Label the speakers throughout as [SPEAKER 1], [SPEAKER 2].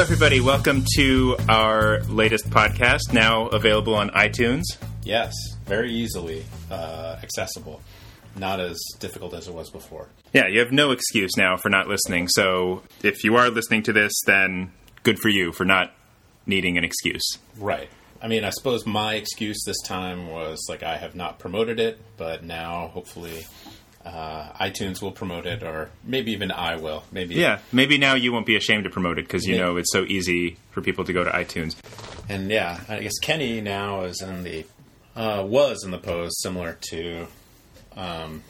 [SPEAKER 1] everybody. Welcome to our latest podcast, now available on iTunes.
[SPEAKER 2] Yes, very easily uh, accessible. Not as difficult as it was before.
[SPEAKER 1] Yeah, you have no excuse now for not listening. So if you are listening to this, then good for you for not needing an excuse.
[SPEAKER 2] Right. I mean, I suppose my excuse this time was like I have not promoted it, but now hopefully uh, iTunes will promote it, or maybe even I will. Maybe.
[SPEAKER 1] Yeah, maybe now you won't be ashamed to promote it because you
[SPEAKER 2] Maybe.
[SPEAKER 1] know it's so easy for people to go to iTunes.
[SPEAKER 2] And yeah, I guess Kenny now is in the uh, was in the pose similar to um,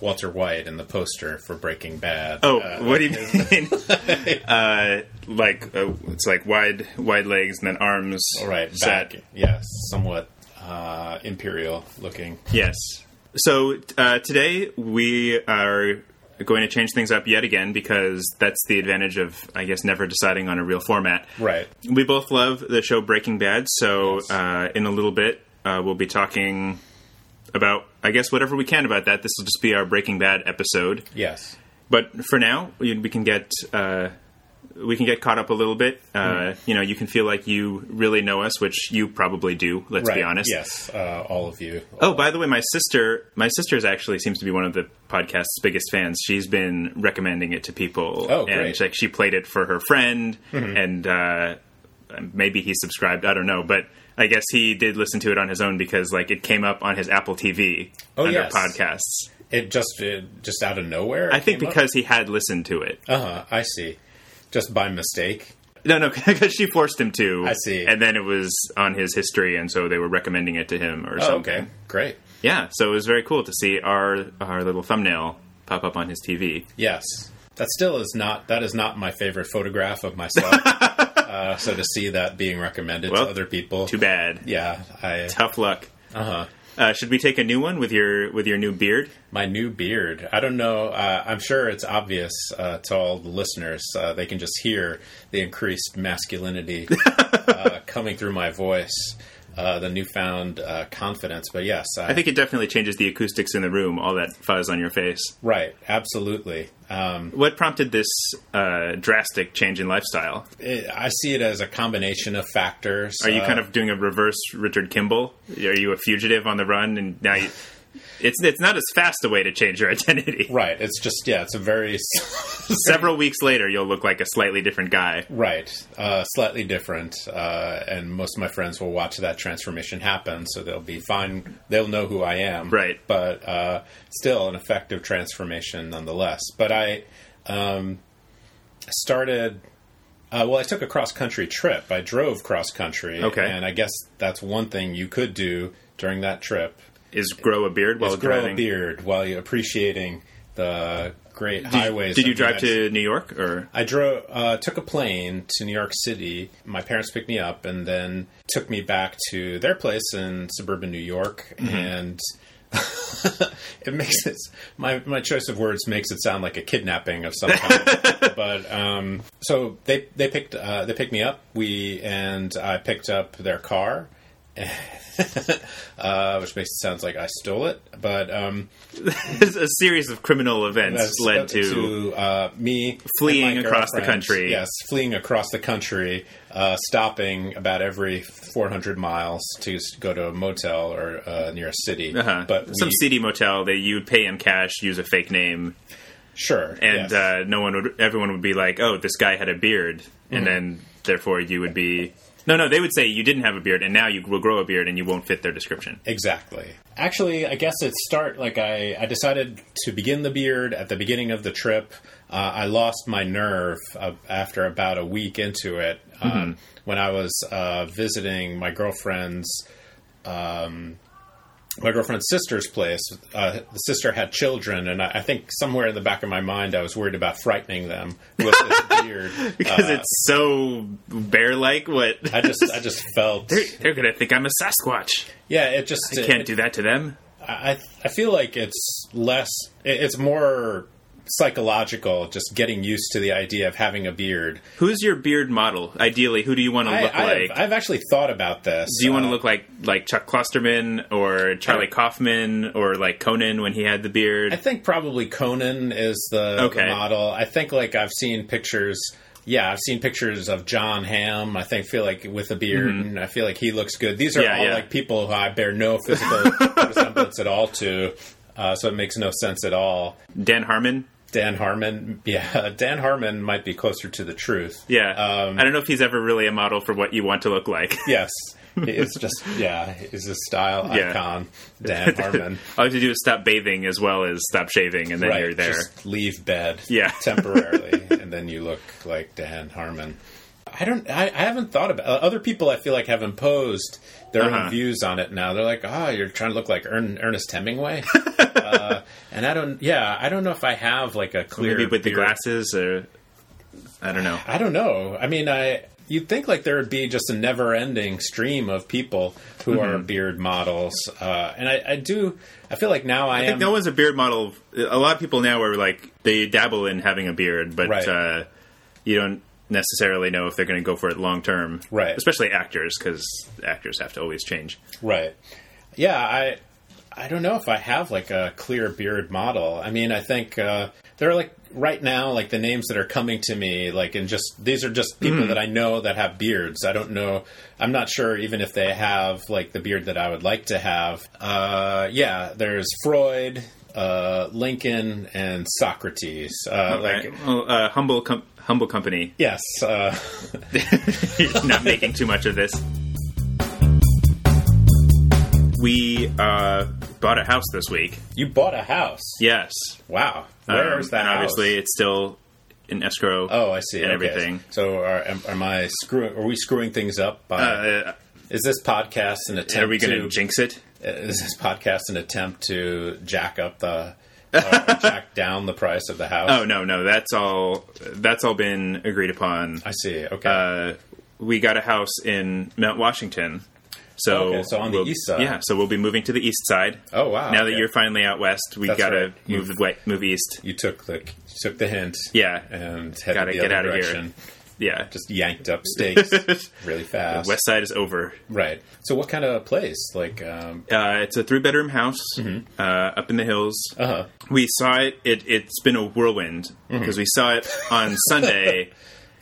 [SPEAKER 2] Walter White in the poster for Breaking Bad.
[SPEAKER 1] Oh,
[SPEAKER 2] Uh,
[SPEAKER 1] what do you mean? uh, like uh, it's like wide, wide legs and then arms.
[SPEAKER 2] right
[SPEAKER 1] set.
[SPEAKER 2] back. Yes, somewhat uh, imperial looking.
[SPEAKER 1] Yes. So uh, today we are going to change things up yet again because that's the advantage of, I guess, never deciding on a real format.
[SPEAKER 2] Right.
[SPEAKER 1] We both love the show Breaking Bad, so
[SPEAKER 2] Yes.
[SPEAKER 1] uh, in a little bit uh, we'll be talking about, I guess, whatever we can about that. This will just be our Breaking Bad episode.
[SPEAKER 2] Yes.
[SPEAKER 1] But for now, we we can get uh, we can get caught up a little bit. Uh,
[SPEAKER 2] Hmm.
[SPEAKER 1] You know, you can feel like you really know us, which you probably do. Let's be honest.
[SPEAKER 2] Yes, uh, all of you.
[SPEAKER 1] Oh, by the way, my sister, my sister's actually seems to be one of the podcast's biggest fans. She's been recommending it to people,
[SPEAKER 2] Oh,
[SPEAKER 1] and
[SPEAKER 2] great. Mm-hmm.
[SPEAKER 1] like she played it for her friend, and uh, maybe he subscribed. I don't know, but I guess he did listen to it on his own because like it came up on his Apple TV
[SPEAKER 2] Oh,
[SPEAKER 1] under
[SPEAKER 2] yes.
[SPEAKER 1] podcasts.
[SPEAKER 2] It just it, just out of nowhere.
[SPEAKER 1] I think because he had listened to it.
[SPEAKER 2] uh huh. I see. Just by mistake.
[SPEAKER 1] No, no, because she forced him to.
[SPEAKER 2] I see.
[SPEAKER 1] And then it was on his history, and so they were recommending it to him or
[SPEAKER 2] Oh,
[SPEAKER 1] something.
[SPEAKER 2] okay, great.
[SPEAKER 1] Yeah, so it was very cool to see our our little thumbnail pop up on his TV.
[SPEAKER 2] Yes, that still is not that is not my favorite photograph of myself. uh, so to see that being recommended
[SPEAKER 1] Well,
[SPEAKER 2] to other people,
[SPEAKER 1] Too bad.
[SPEAKER 2] yeah, I
[SPEAKER 1] Tough luck.
[SPEAKER 2] uh huh.
[SPEAKER 1] Uh, should we take a new one with your with your new beard?
[SPEAKER 2] My new beard. I don't know. Uh, I'm sure it's obvious uh, to all the listeners. Uh, they can just hear the increased masculinity uh, coming through my voice, uh, the newfound uh, confidence. But yes, uh,
[SPEAKER 1] I think it definitely changes the acoustics in the room. All that fuzz on your face.
[SPEAKER 2] Right, absolutely. Um,
[SPEAKER 1] What prompted this uh, drastic change in lifestyle?
[SPEAKER 2] it, I see it as a combination of factors. uh,
[SPEAKER 1] Are you kind of doing a reverse Richard Kimball? Are you a fugitive on the run? And now you, it's it's not as fast a way to change your identity.
[SPEAKER 2] right? It's just yeah, it's a very s-
[SPEAKER 1] Several weeks later, you'll look like a slightly different guy.
[SPEAKER 2] right, uh, slightly different. Uh, and most of my friends will watch that transformation happen, so they'll be fine. They'll know who I am,
[SPEAKER 1] Right.
[SPEAKER 2] But uh, still, an effective transformation nonetheless. But I um, started. Uh, well, I took a cross country trip. I drove cross country.
[SPEAKER 1] Okay.
[SPEAKER 2] And I guess that's one thing you could do during that trip
[SPEAKER 1] Is grow a beard while
[SPEAKER 2] Just grow
[SPEAKER 1] driving?
[SPEAKER 2] a beard while you're appreciating the great
[SPEAKER 1] Did-
[SPEAKER 2] highways.
[SPEAKER 1] Did
[SPEAKER 2] of
[SPEAKER 1] you
[SPEAKER 2] the
[SPEAKER 1] drive
[SPEAKER 2] United
[SPEAKER 1] to New York or?
[SPEAKER 2] I drove, uh, took a plane to New York City. My parents picked me up and then took me back to their place in suburban New York. And it makes it my my choice of words makes it sound like a kidnapping of some kind. but um, so they they picked uh, they picked me up. We and I picked up their car. uh, which makes it sounds like I stole it, but um,
[SPEAKER 1] a series of criminal events
[SPEAKER 2] that's
[SPEAKER 1] led to,
[SPEAKER 2] uh, me
[SPEAKER 1] Fleeing
[SPEAKER 2] and my
[SPEAKER 1] across the
[SPEAKER 2] girlfriend.
[SPEAKER 1] country.
[SPEAKER 2] Yes, fleeing across the country, uh, stopping about every 400 miles to s- go to a motel or uh, near a city.
[SPEAKER 1] uh-huh,
[SPEAKER 2] But
[SPEAKER 1] some
[SPEAKER 2] we-
[SPEAKER 1] seedy motel that you'd pay in cash, use a fake name,
[SPEAKER 2] sure,
[SPEAKER 1] and
[SPEAKER 2] yes.
[SPEAKER 1] uh, no one would. Everyone would be like, "Oh, this guy had a beard,"
[SPEAKER 2] Mm-hmm.
[SPEAKER 1] and then therefore you would be. No, no, they would say you didn't have a beard, and now you will grow a beard, and you won't fit their description.
[SPEAKER 2] Exactly. Actually, I guess it start like I, I decided to begin the beard at the beginning of the trip. Uh, I lost my nerve uh, after about a week into it um,
[SPEAKER 1] Mm-hmm.
[SPEAKER 2] when I was uh, visiting my girlfriend's um, my girlfriend's sister's place. Uh, the sister had children, and I, I think somewhere in the back of my mind, I was worried about frightening them with this beard.
[SPEAKER 1] Because
[SPEAKER 2] Uh,
[SPEAKER 1] it's so bear-like. What
[SPEAKER 2] I just I just felt
[SPEAKER 1] they're gonna think I'm a Sasquatch.
[SPEAKER 2] yeah. It just it-
[SPEAKER 1] Can't do that to them.
[SPEAKER 2] I I feel like it's less. it- It's more psychological, just getting used to the idea of having a beard.
[SPEAKER 1] Who's your beard model? Ideally, who do you want to
[SPEAKER 2] I,
[SPEAKER 1] look
[SPEAKER 2] I
[SPEAKER 1] like?
[SPEAKER 2] have, I've actually thought about this. Uh,
[SPEAKER 1] do you want to look like like Chuck Klosterman or Charlie Kaufman or like Conan when he had the beard?
[SPEAKER 2] I think probably Conan is the, the
[SPEAKER 1] Okay.
[SPEAKER 2] model. I think like I've seen pictures. yeah, I've seen pictures of John Hamm. I think feel like with a beard, and I feel like he looks good. These are
[SPEAKER 1] Mm-hmm. Yeah,
[SPEAKER 2] all
[SPEAKER 1] yeah.
[SPEAKER 2] like people who I bear no physical resemblance at all to, uh, so it makes no sense at all.
[SPEAKER 1] Dan Harmon.
[SPEAKER 2] Dan Harmon, yeah, Dan Harmon might be closer to the truth.
[SPEAKER 1] Yeah,
[SPEAKER 2] Um,
[SPEAKER 1] I don't know if he's ever really a model for what you want to look like.
[SPEAKER 2] yes, it's just yeah, he's a style
[SPEAKER 1] Yeah.
[SPEAKER 2] icon, Dan Harmon.
[SPEAKER 1] All you have to do is stop bathing as well as stop shaving, and then
[SPEAKER 2] right,
[SPEAKER 1] you're there.
[SPEAKER 2] just leave bed,
[SPEAKER 1] Yeah.
[SPEAKER 2] temporarily, and then you look like Dan Harmon. I don't. I, I haven't thought about uh, other people. I feel like have imposed their
[SPEAKER 1] Uh-huh.
[SPEAKER 2] own views on it now. They're like, oh, you're trying to look like Ern, Ernest Hemingway, uh, and I don't. Yeah, I don't know if I have like a clear
[SPEAKER 1] Maybe with the
[SPEAKER 2] beard.
[SPEAKER 1] glasses, or I don't know.
[SPEAKER 2] I don't know. I mean, I you'd think like there would be just a never-ending stream of people who are beard models, uh, and I, I do. I feel like now I,
[SPEAKER 1] I
[SPEAKER 2] am.
[SPEAKER 1] think no one's a beard model. A lot of people now are like they dabble in having a beard, but
[SPEAKER 2] Right.
[SPEAKER 1] uh, you don't necessarily know if they're going to go for it long term,
[SPEAKER 2] Right.
[SPEAKER 1] Especially actors, because actors have to always change.
[SPEAKER 2] Right. Yeah, I I don't know if I have like a clear beard model. I mean, I think uh, there are like right now like the names that are coming to me like and just these are just people
[SPEAKER 1] Hmm.
[SPEAKER 2] that I know that have beards. I don't know. I'm not sure even if they have like the beard that I would like to have. Uh, yeah, there's Freud. Uh, Lincoln and Socrates, uh, like
[SPEAKER 1] Right? Well, uh, humble, com- humble company.
[SPEAKER 2] yes, uh,
[SPEAKER 1] Not making too much of this. We uh, bought a house this week.
[SPEAKER 2] you bought a house.
[SPEAKER 1] Yes.
[SPEAKER 2] Wow,
[SPEAKER 1] Um,
[SPEAKER 2] where's that?
[SPEAKER 1] and
[SPEAKER 2] house?
[SPEAKER 1] Obviously, it's still in escrow.
[SPEAKER 2] Oh, I see.
[SPEAKER 1] And
[SPEAKER 2] Okay.
[SPEAKER 1] everything.
[SPEAKER 2] So, are, am, am I screwing? Are we screwing things up? By,
[SPEAKER 1] Uh,
[SPEAKER 2] is this podcast an attempt?
[SPEAKER 1] are we going to
[SPEAKER 2] to? uh,
[SPEAKER 1] jinx it?
[SPEAKER 2] Is this podcast an attempt to jack up the, or jack down the price of the house?
[SPEAKER 1] Oh no, no, that's all. That's all been agreed upon.
[SPEAKER 2] I see. Okay.
[SPEAKER 1] Uh, we got a house in Mount Washington, so
[SPEAKER 2] Okay, so on the
[SPEAKER 1] we'll-
[SPEAKER 2] east side.
[SPEAKER 1] Yeah, so we'll be moving to the east side.
[SPEAKER 2] oh wow.
[SPEAKER 1] now that
[SPEAKER 2] okay.
[SPEAKER 1] you're finally out west, we
[SPEAKER 2] That's
[SPEAKER 1] gotta
[SPEAKER 2] right. You-
[SPEAKER 1] move we- move east.
[SPEAKER 2] you took the you took the hint.
[SPEAKER 1] Yeah.
[SPEAKER 2] And headed
[SPEAKER 1] Gotta
[SPEAKER 2] the
[SPEAKER 1] get
[SPEAKER 2] other
[SPEAKER 1] out of here.
[SPEAKER 2] direction.
[SPEAKER 1] Yeah,
[SPEAKER 2] Just yanked up stakes really fast.
[SPEAKER 1] west side is over.
[SPEAKER 2] Right. So, what kind of place? Like, um,
[SPEAKER 1] Uh, it's a three bedroom house
[SPEAKER 2] Mm-hmm.
[SPEAKER 1] uh, up in the hills.
[SPEAKER 2] uh,
[SPEAKER 1] We saw it. it it's been a whirlwind
[SPEAKER 2] Mm-hmm.
[SPEAKER 1] because we saw it on Sunday.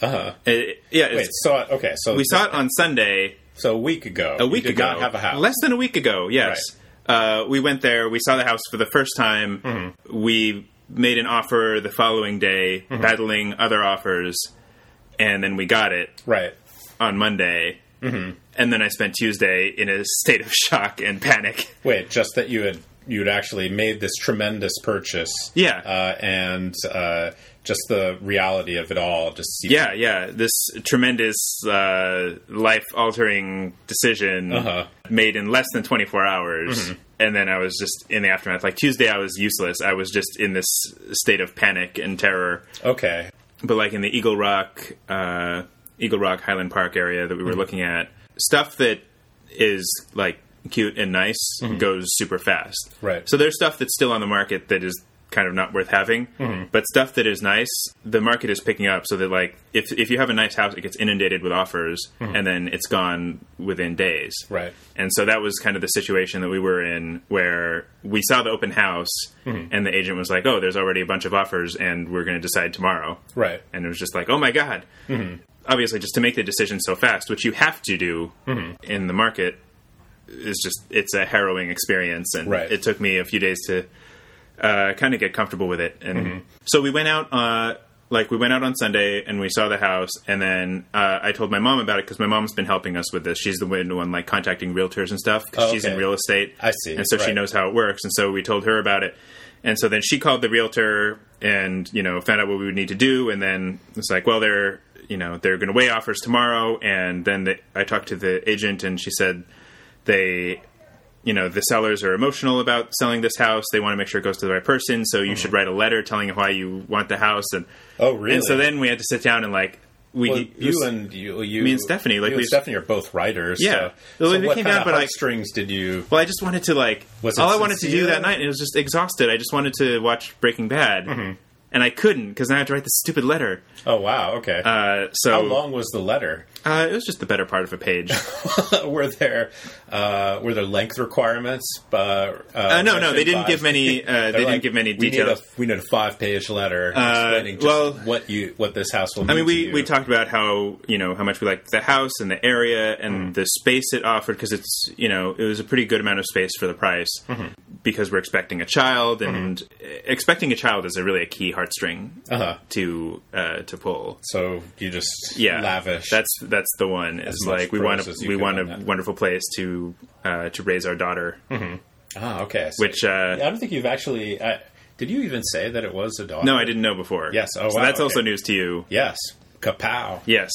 [SPEAKER 1] uh yeah,
[SPEAKER 2] Uh-huh. wait.
[SPEAKER 1] it's,
[SPEAKER 2] Saw it. Okay. So
[SPEAKER 1] we saw it on Sunday.
[SPEAKER 2] So a week ago.
[SPEAKER 1] a week
[SPEAKER 2] you did
[SPEAKER 1] ago.
[SPEAKER 2] Not have a house.
[SPEAKER 1] Less than a week ago, yes. Uh, we went there. We saw the house for the first time.
[SPEAKER 2] Mm-hmm.
[SPEAKER 1] We made an offer the following day, battling other offers, and then we got it
[SPEAKER 2] Right.
[SPEAKER 1] on Monday.
[SPEAKER 2] Mm-hmm.
[SPEAKER 1] And then I spent Tuesday in a state of shock and panic.
[SPEAKER 2] Wait, just that you had you'd actually made this tremendous purchase.
[SPEAKER 1] Yeah.
[SPEAKER 2] Uh, and uh, just the reality of it all just seems
[SPEAKER 1] Yeah, yeah. This tremendous uh, life altering decision
[SPEAKER 2] Uh-huh.
[SPEAKER 1] made in less than 24 hours. And then I was just in the aftermath. Like Tuesday, I was useless. I was just in this state of panic and terror.
[SPEAKER 2] okay.
[SPEAKER 1] But like in the Eagle Rock, uh, Eagle Rock Highland Park area that we were
[SPEAKER 2] Mm-hmm.
[SPEAKER 1] looking at, stuff that is like cute and nice goes super fast.
[SPEAKER 2] Mm-hmm. Right.
[SPEAKER 1] So there's stuff that's still on the market that is kind of not worth having,
[SPEAKER 2] Mm-hmm.
[SPEAKER 1] but stuff that is nice, the market is picking up. So that like if if you have a nice house, it gets inundated with offers, and then it's gone within days.
[SPEAKER 2] Mm-hmm. Right.
[SPEAKER 1] And so that was kind of the situation that we were in where we saw the open house
[SPEAKER 2] Mm-hmm.
[SPEAKER 1] and the agent was like, oh, there's already a bunch of offers and we're going to decide tomorrow.
[SPEAKER 2] Right.
[SPEAKER 1] And it was just like, oh my God.
[SPEAKER 2] Mm-hmm.
[SPEAKER 1] Obviously, just to make the decision so fast, which you have to do
[SPEAKER 2] Mm-hmm.
[SPEAKER 1] in the market, is just, it's a harrowing experience. And
[SPEAKER 2] Right.
[SPEAKER 1] it took me a few days to uh, kind of get comfortable with it. And
[SPEAKER 2] Mm-hmm.
[SPEAKER 1] so we went out, uh, like we went out on Sunday and we saw the house. And then uh, I told my mom about it because my mom's been helping us with this. She's the one, one like contacting realtors and stuff because
[SPEAKER 2] Oh,
[SPEAKER 1] she's in
[SPEAKER 2] okay.
[SPEAKER 1] real estate.
[SPEAKER 2] I see.
[SPEAKER 1] And so she
[SPEAKER 2] Right.
[SPEAKER 1] knows how it works. And so we told her about it. And so then she called the realtor and, you know, found out what we would need to do. And then it's like, well, they're, you know, they're going to weigh offers tomorrow. And then the, I talked to the agent and she said they you know the sellers are emotional about selling this house they want to make sure it goes to the right person so you
[SPEAKER 2] Mm-hmm.
[SPEAKER 1] should write a letter telling them why you want the house and
[SPEAKER 2] Oh really?
[SPEAKER 1] and so then we had to sit down and like we
[SPEAKER 2] Well,
[SPEAKER 1] it was-
[SPEAKER 2] you and you, you
[SPEAKER 1] and Stephanie, like,
[SPEAKER 2] you
[SPEAKER 1] we-
[SPEAKER 2] and Stephanie are both writers.
[SPEAKER 1] Yeah.
[SPEAKER 2] So,
[SPEAKER 1] Well,
[SPEAKER 2] so
[SPEAKER 1] we
[SPEAKER 2] what
[SPEAKER 1] came
[SPEAKER 2] kind
[SPEAKER 1] down,
[SPEAKER 2] of
[SPEAKER 1] but I-
[SPEAKER 2] heartstrings did you?
[SPEAKER 1] well i just wanted to like
[SPEAKER 2] Was it
[SPEAKER 1] all i wanted to do
[SPEAKER 2] sincere? Mm-hmm.
[SPEAKER 1] that night and it was just exhausted i just wanted to watch breaking bad and I couldn't because I had to write this stupid letter.
[SPEAKER 2] Oh wow. Okay.
[SPEAKER 1] Uh, so
[SPEAKER 2] How long was the letter?
[SPEAKER 1] Uh, it was just the better part of a page.
[SPEAKER 2] were there uh, were there length requirements? Uh,
[SPEAKER 1] Uh, no, no, they didn't give many. Uh, they didn't give many
[SPEAKER 2] We need a,
[SPEAKER 1] details. Uh,
[SPEAKER 2] we need a five page letter explaining just
[SPEAKER 1] well-
[SPEAKER 2] what you what this house will. Mean
[SPEAKER 1] I mean,
[SPEAKER 2] to
[SPEAKER 1] we,
[SPEAKER 2] you.
[SPEAKER 1] we talked about how you know how much we liked the house and the area
[SPEAKER 2] Mm-hmm.
[SPEAKER 1] and the space it offered because it's you know it was a pretty good amount of space for the price
[SPEAKER 2] Mm-hmm.
[SPEAKER 1] because we're expecting a child and uh, expecting a child is a really a key heartstring
[SPEAKER 2] Uh-huh.
[SPEAKER 1] to uh, to pull.
[SPEAKER 2] so you just
[SPEAKER 1] Yeah,
[SPEAKER 2] lavish.
[SPEAKER 1] That's that's the one. Is
[SPEAKER 2] much
[SPEAKER 1] like we want
[SPEAKER 2] prose
[SPEAKER 1] a,
[SPEAKER 2] as you
[SPEAKER 1] we
[SPEAKER 2] can
[SPEAKER 1] want
[SPEAKER 2] on
[SPEAKER 1] a
[SPEAKER 2] that.
[SPEAKER 1] wonderful place to uh, to raise our daughter,
[SPEAKER 2] ah okay. So
[SPEAKER 1] which uh,
[SPEAKER 2] I don't think you've actually. Uh, did you even say that it was a dog?
[SPEAKER 1] no, I didn't know before.
[SPEAKER 2] Yes. Oh,
[SPEAKER 1] so
[SPEAKER 2] wow,
[SPEAKER 1] that's also
[SPEAKER 2] okay.
[SPEAKER 1] news to you.
[SPEAKER 2] Yes. Kapow.
[SPEAKER 1] Yes.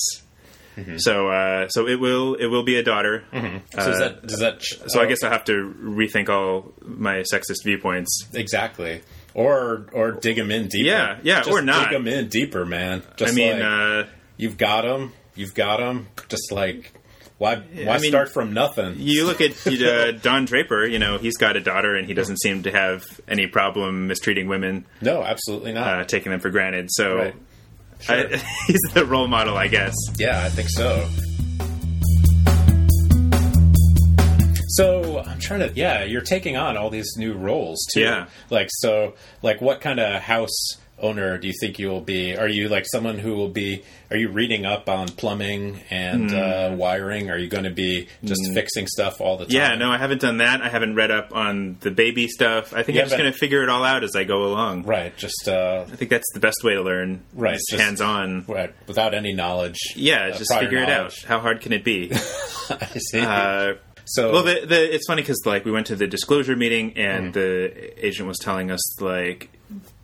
[SPEAKER 2] Mm-hmm.
[SPEAKER 1] So uh, so it will it will be a daughter.
[SPEAKER 2] So does that does that? ch-
[SPEAKER 1] Uh, So
[SPEAKER 2] oh,
[SPEAKER 1] I guess I'll have to rethink all my sexist viewpoints.
[SPEAKER 2] exactly. Or or dig them in deeper.
[SPEAKER 1] Yeah, yeah,
[SPEAKER 2] Just
[SPEAKER 1] or not.
[SPEAKER 2] dig them in deeper, man. Just
[SPEAKER 1] I mean,
[SPEAKER 2] like,
[SPEAKER 1] uh,
[SPEAKER 2] you've got them, you've got them. Just like why why
[SPEAKER 1] I mean-
[SPEAKER 2] start from nothing?
[SPEAKER 1] you look at uh, Don Draper. You know, he's got a daughter, and he doesn't seem to have any problem mistreating women,
[SPEAKER 2] no, absolutely not.
[SPEAKER 1] uh, taking them for granted. So
[SPEAKER 2] right. Sure.
[SPEAKER 1] I, he's the role model, I guess.
[SPEAKER 2] yeah, I think so. So I'm trying to yeah, you're taking on all these new roles too.
[SPEAKER 1] Yeah.
[SPEAKER 2] Like so like what kind of house owner do you think you will be? Are you like someone who will be are you reading up on plumbing and
[SPEAKER 1] Hmm.
[SPEAKER 2] uh, wiring? Are you going to be just fixing stuff all the time?
[SPEAKER 1] Yeah, no, I haven't done that. I haven't read up on the baby stuff. I think
[SPEAKER 2] Yeah,
[SPEAKER 1] I'm just
[SPEAKER 2] but-
[SPEAKER 1] going to figure it all out as I go along.
[SPEAKER 2] Right, just uh
[SPEAKER 1] I think that's the best way to learn.
[SPEAKER 2] Right,
[SPEAKER 1] is
[SPEAKER 2] just-
[SPEAKER 1] hands-on.
[SPEAKER 2] right without any knowledge.
[SPEAKER 1] Yeah,
[SPEAKER 2] uh,
[SPEAKER 1] just
[SPEAKER 2] prior
[SPEAKER 1] figure
[SPEAKER 2] knowledge.
[SPEAKER 1] it out. How hard can it be?
[SPEAKER 2] I see.
[SPEAKER 1] Uh,
[SPEAKER 2] so
[SPEAKER 1] Well, the, the, it's funny because like we went to the disclosure meeting
[SPEAKER 2] Mm-hmm.
[SPEAKER 1] and the agent was telling us like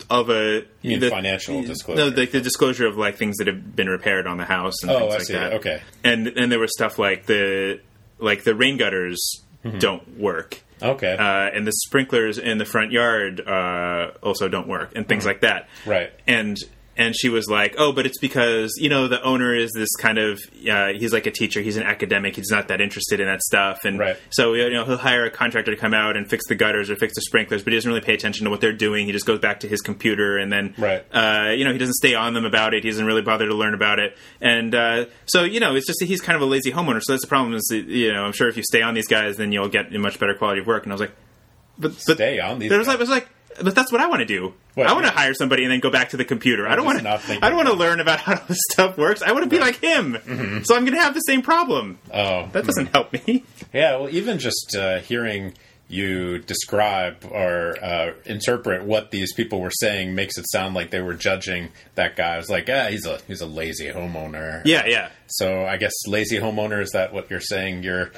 [SPEAKER 1] of a
[SPEAKER 2] You mean
[SPEAKER 1] the,
[SPEAKER 2] financial
[SPEAKER 1] No,
[SPEAKER 2] disclosure?
[SPEAKER 1] like the disclosure of like things that have been repaired on the house and
[SPEAKER 2] Oh,
[SPEAKER 1] things
[SPEAKER 2] I
[SPEAKER 1] like
[SPEAKER 2] see.
[SPEAKER 1] that.
[SPEAKER 2] Okay.
[SPEAKER 1] and and there was stuff like the like the rain gutters
[SPEAKER 2] Mm-hmm.
[SPEAKER 1] don't work.
[SPEAKER 2] okay.
[SPEAKER 1] Uh, and the sprinklers in the front yard uh, also don't work, and things like that.
[SPEAKER 2] Mm-hmm. Right.
[SPEAKER 1] And and she was like, "Oh, but it's because you know the owner is this kind of uh, he's like a teacher, he's an academic, he's not that interested in that stuff, and
[SPEAKER 2] Right.
[SPEAKER 1] so you know he'll hire a contractor to come out and fix the gutters or fix the sprinklers, but he doesn't really pay attention to what they're doing. He just goes back to his computer, and then
[SPEAKER 2] Right.
[SPEAKER 1] uh, you know he doesn't stay on them about it. He doesn't really bother to learn about it, and uh, so you know it's just that he's kind of a lazy homeowner. So that's the problem is that, you know I'm sure if you stay on these guys, then you'll get a much better quality of work. And I was like, but, but
[SPEAKER 2] Stay on these
[SPEAKER 1] There was
[SPEAKER 2] guys.
[SPEAKER 1] like, I was like, but that's what I want to do.
[SPEAKER 2] What?
[SPEAKER 1] I want to hire somebody and then go back to the computer. I don't want
[SPEAKER 2] just
[SPEAKER 1] to.
[SPEAKER 2] not
[SPEAKER 1] I
[SPEAKER 2] think
[SPEAKER 1] don't want to
[SPEAKER 2] about
[SPEAKER 1] learn about how this stuff works. I want to be like him. So I'm going to have the same problem.
[SPEAKER 2] Mm-hmm. oh,
[SPEAKER 1] that doesn't help me.
[SPEAKER 2] Yeah, well, even just uh, hearing you describe or uh, interpret what these people were saying makes it sound like they were judging that guy. I was like, ah, he's a he's a lazy homeowner.
[SPEAKER 1] Yeah, yeah,
[SPEAKER 2] So I guess lazy homeowner is that what you're saying? You're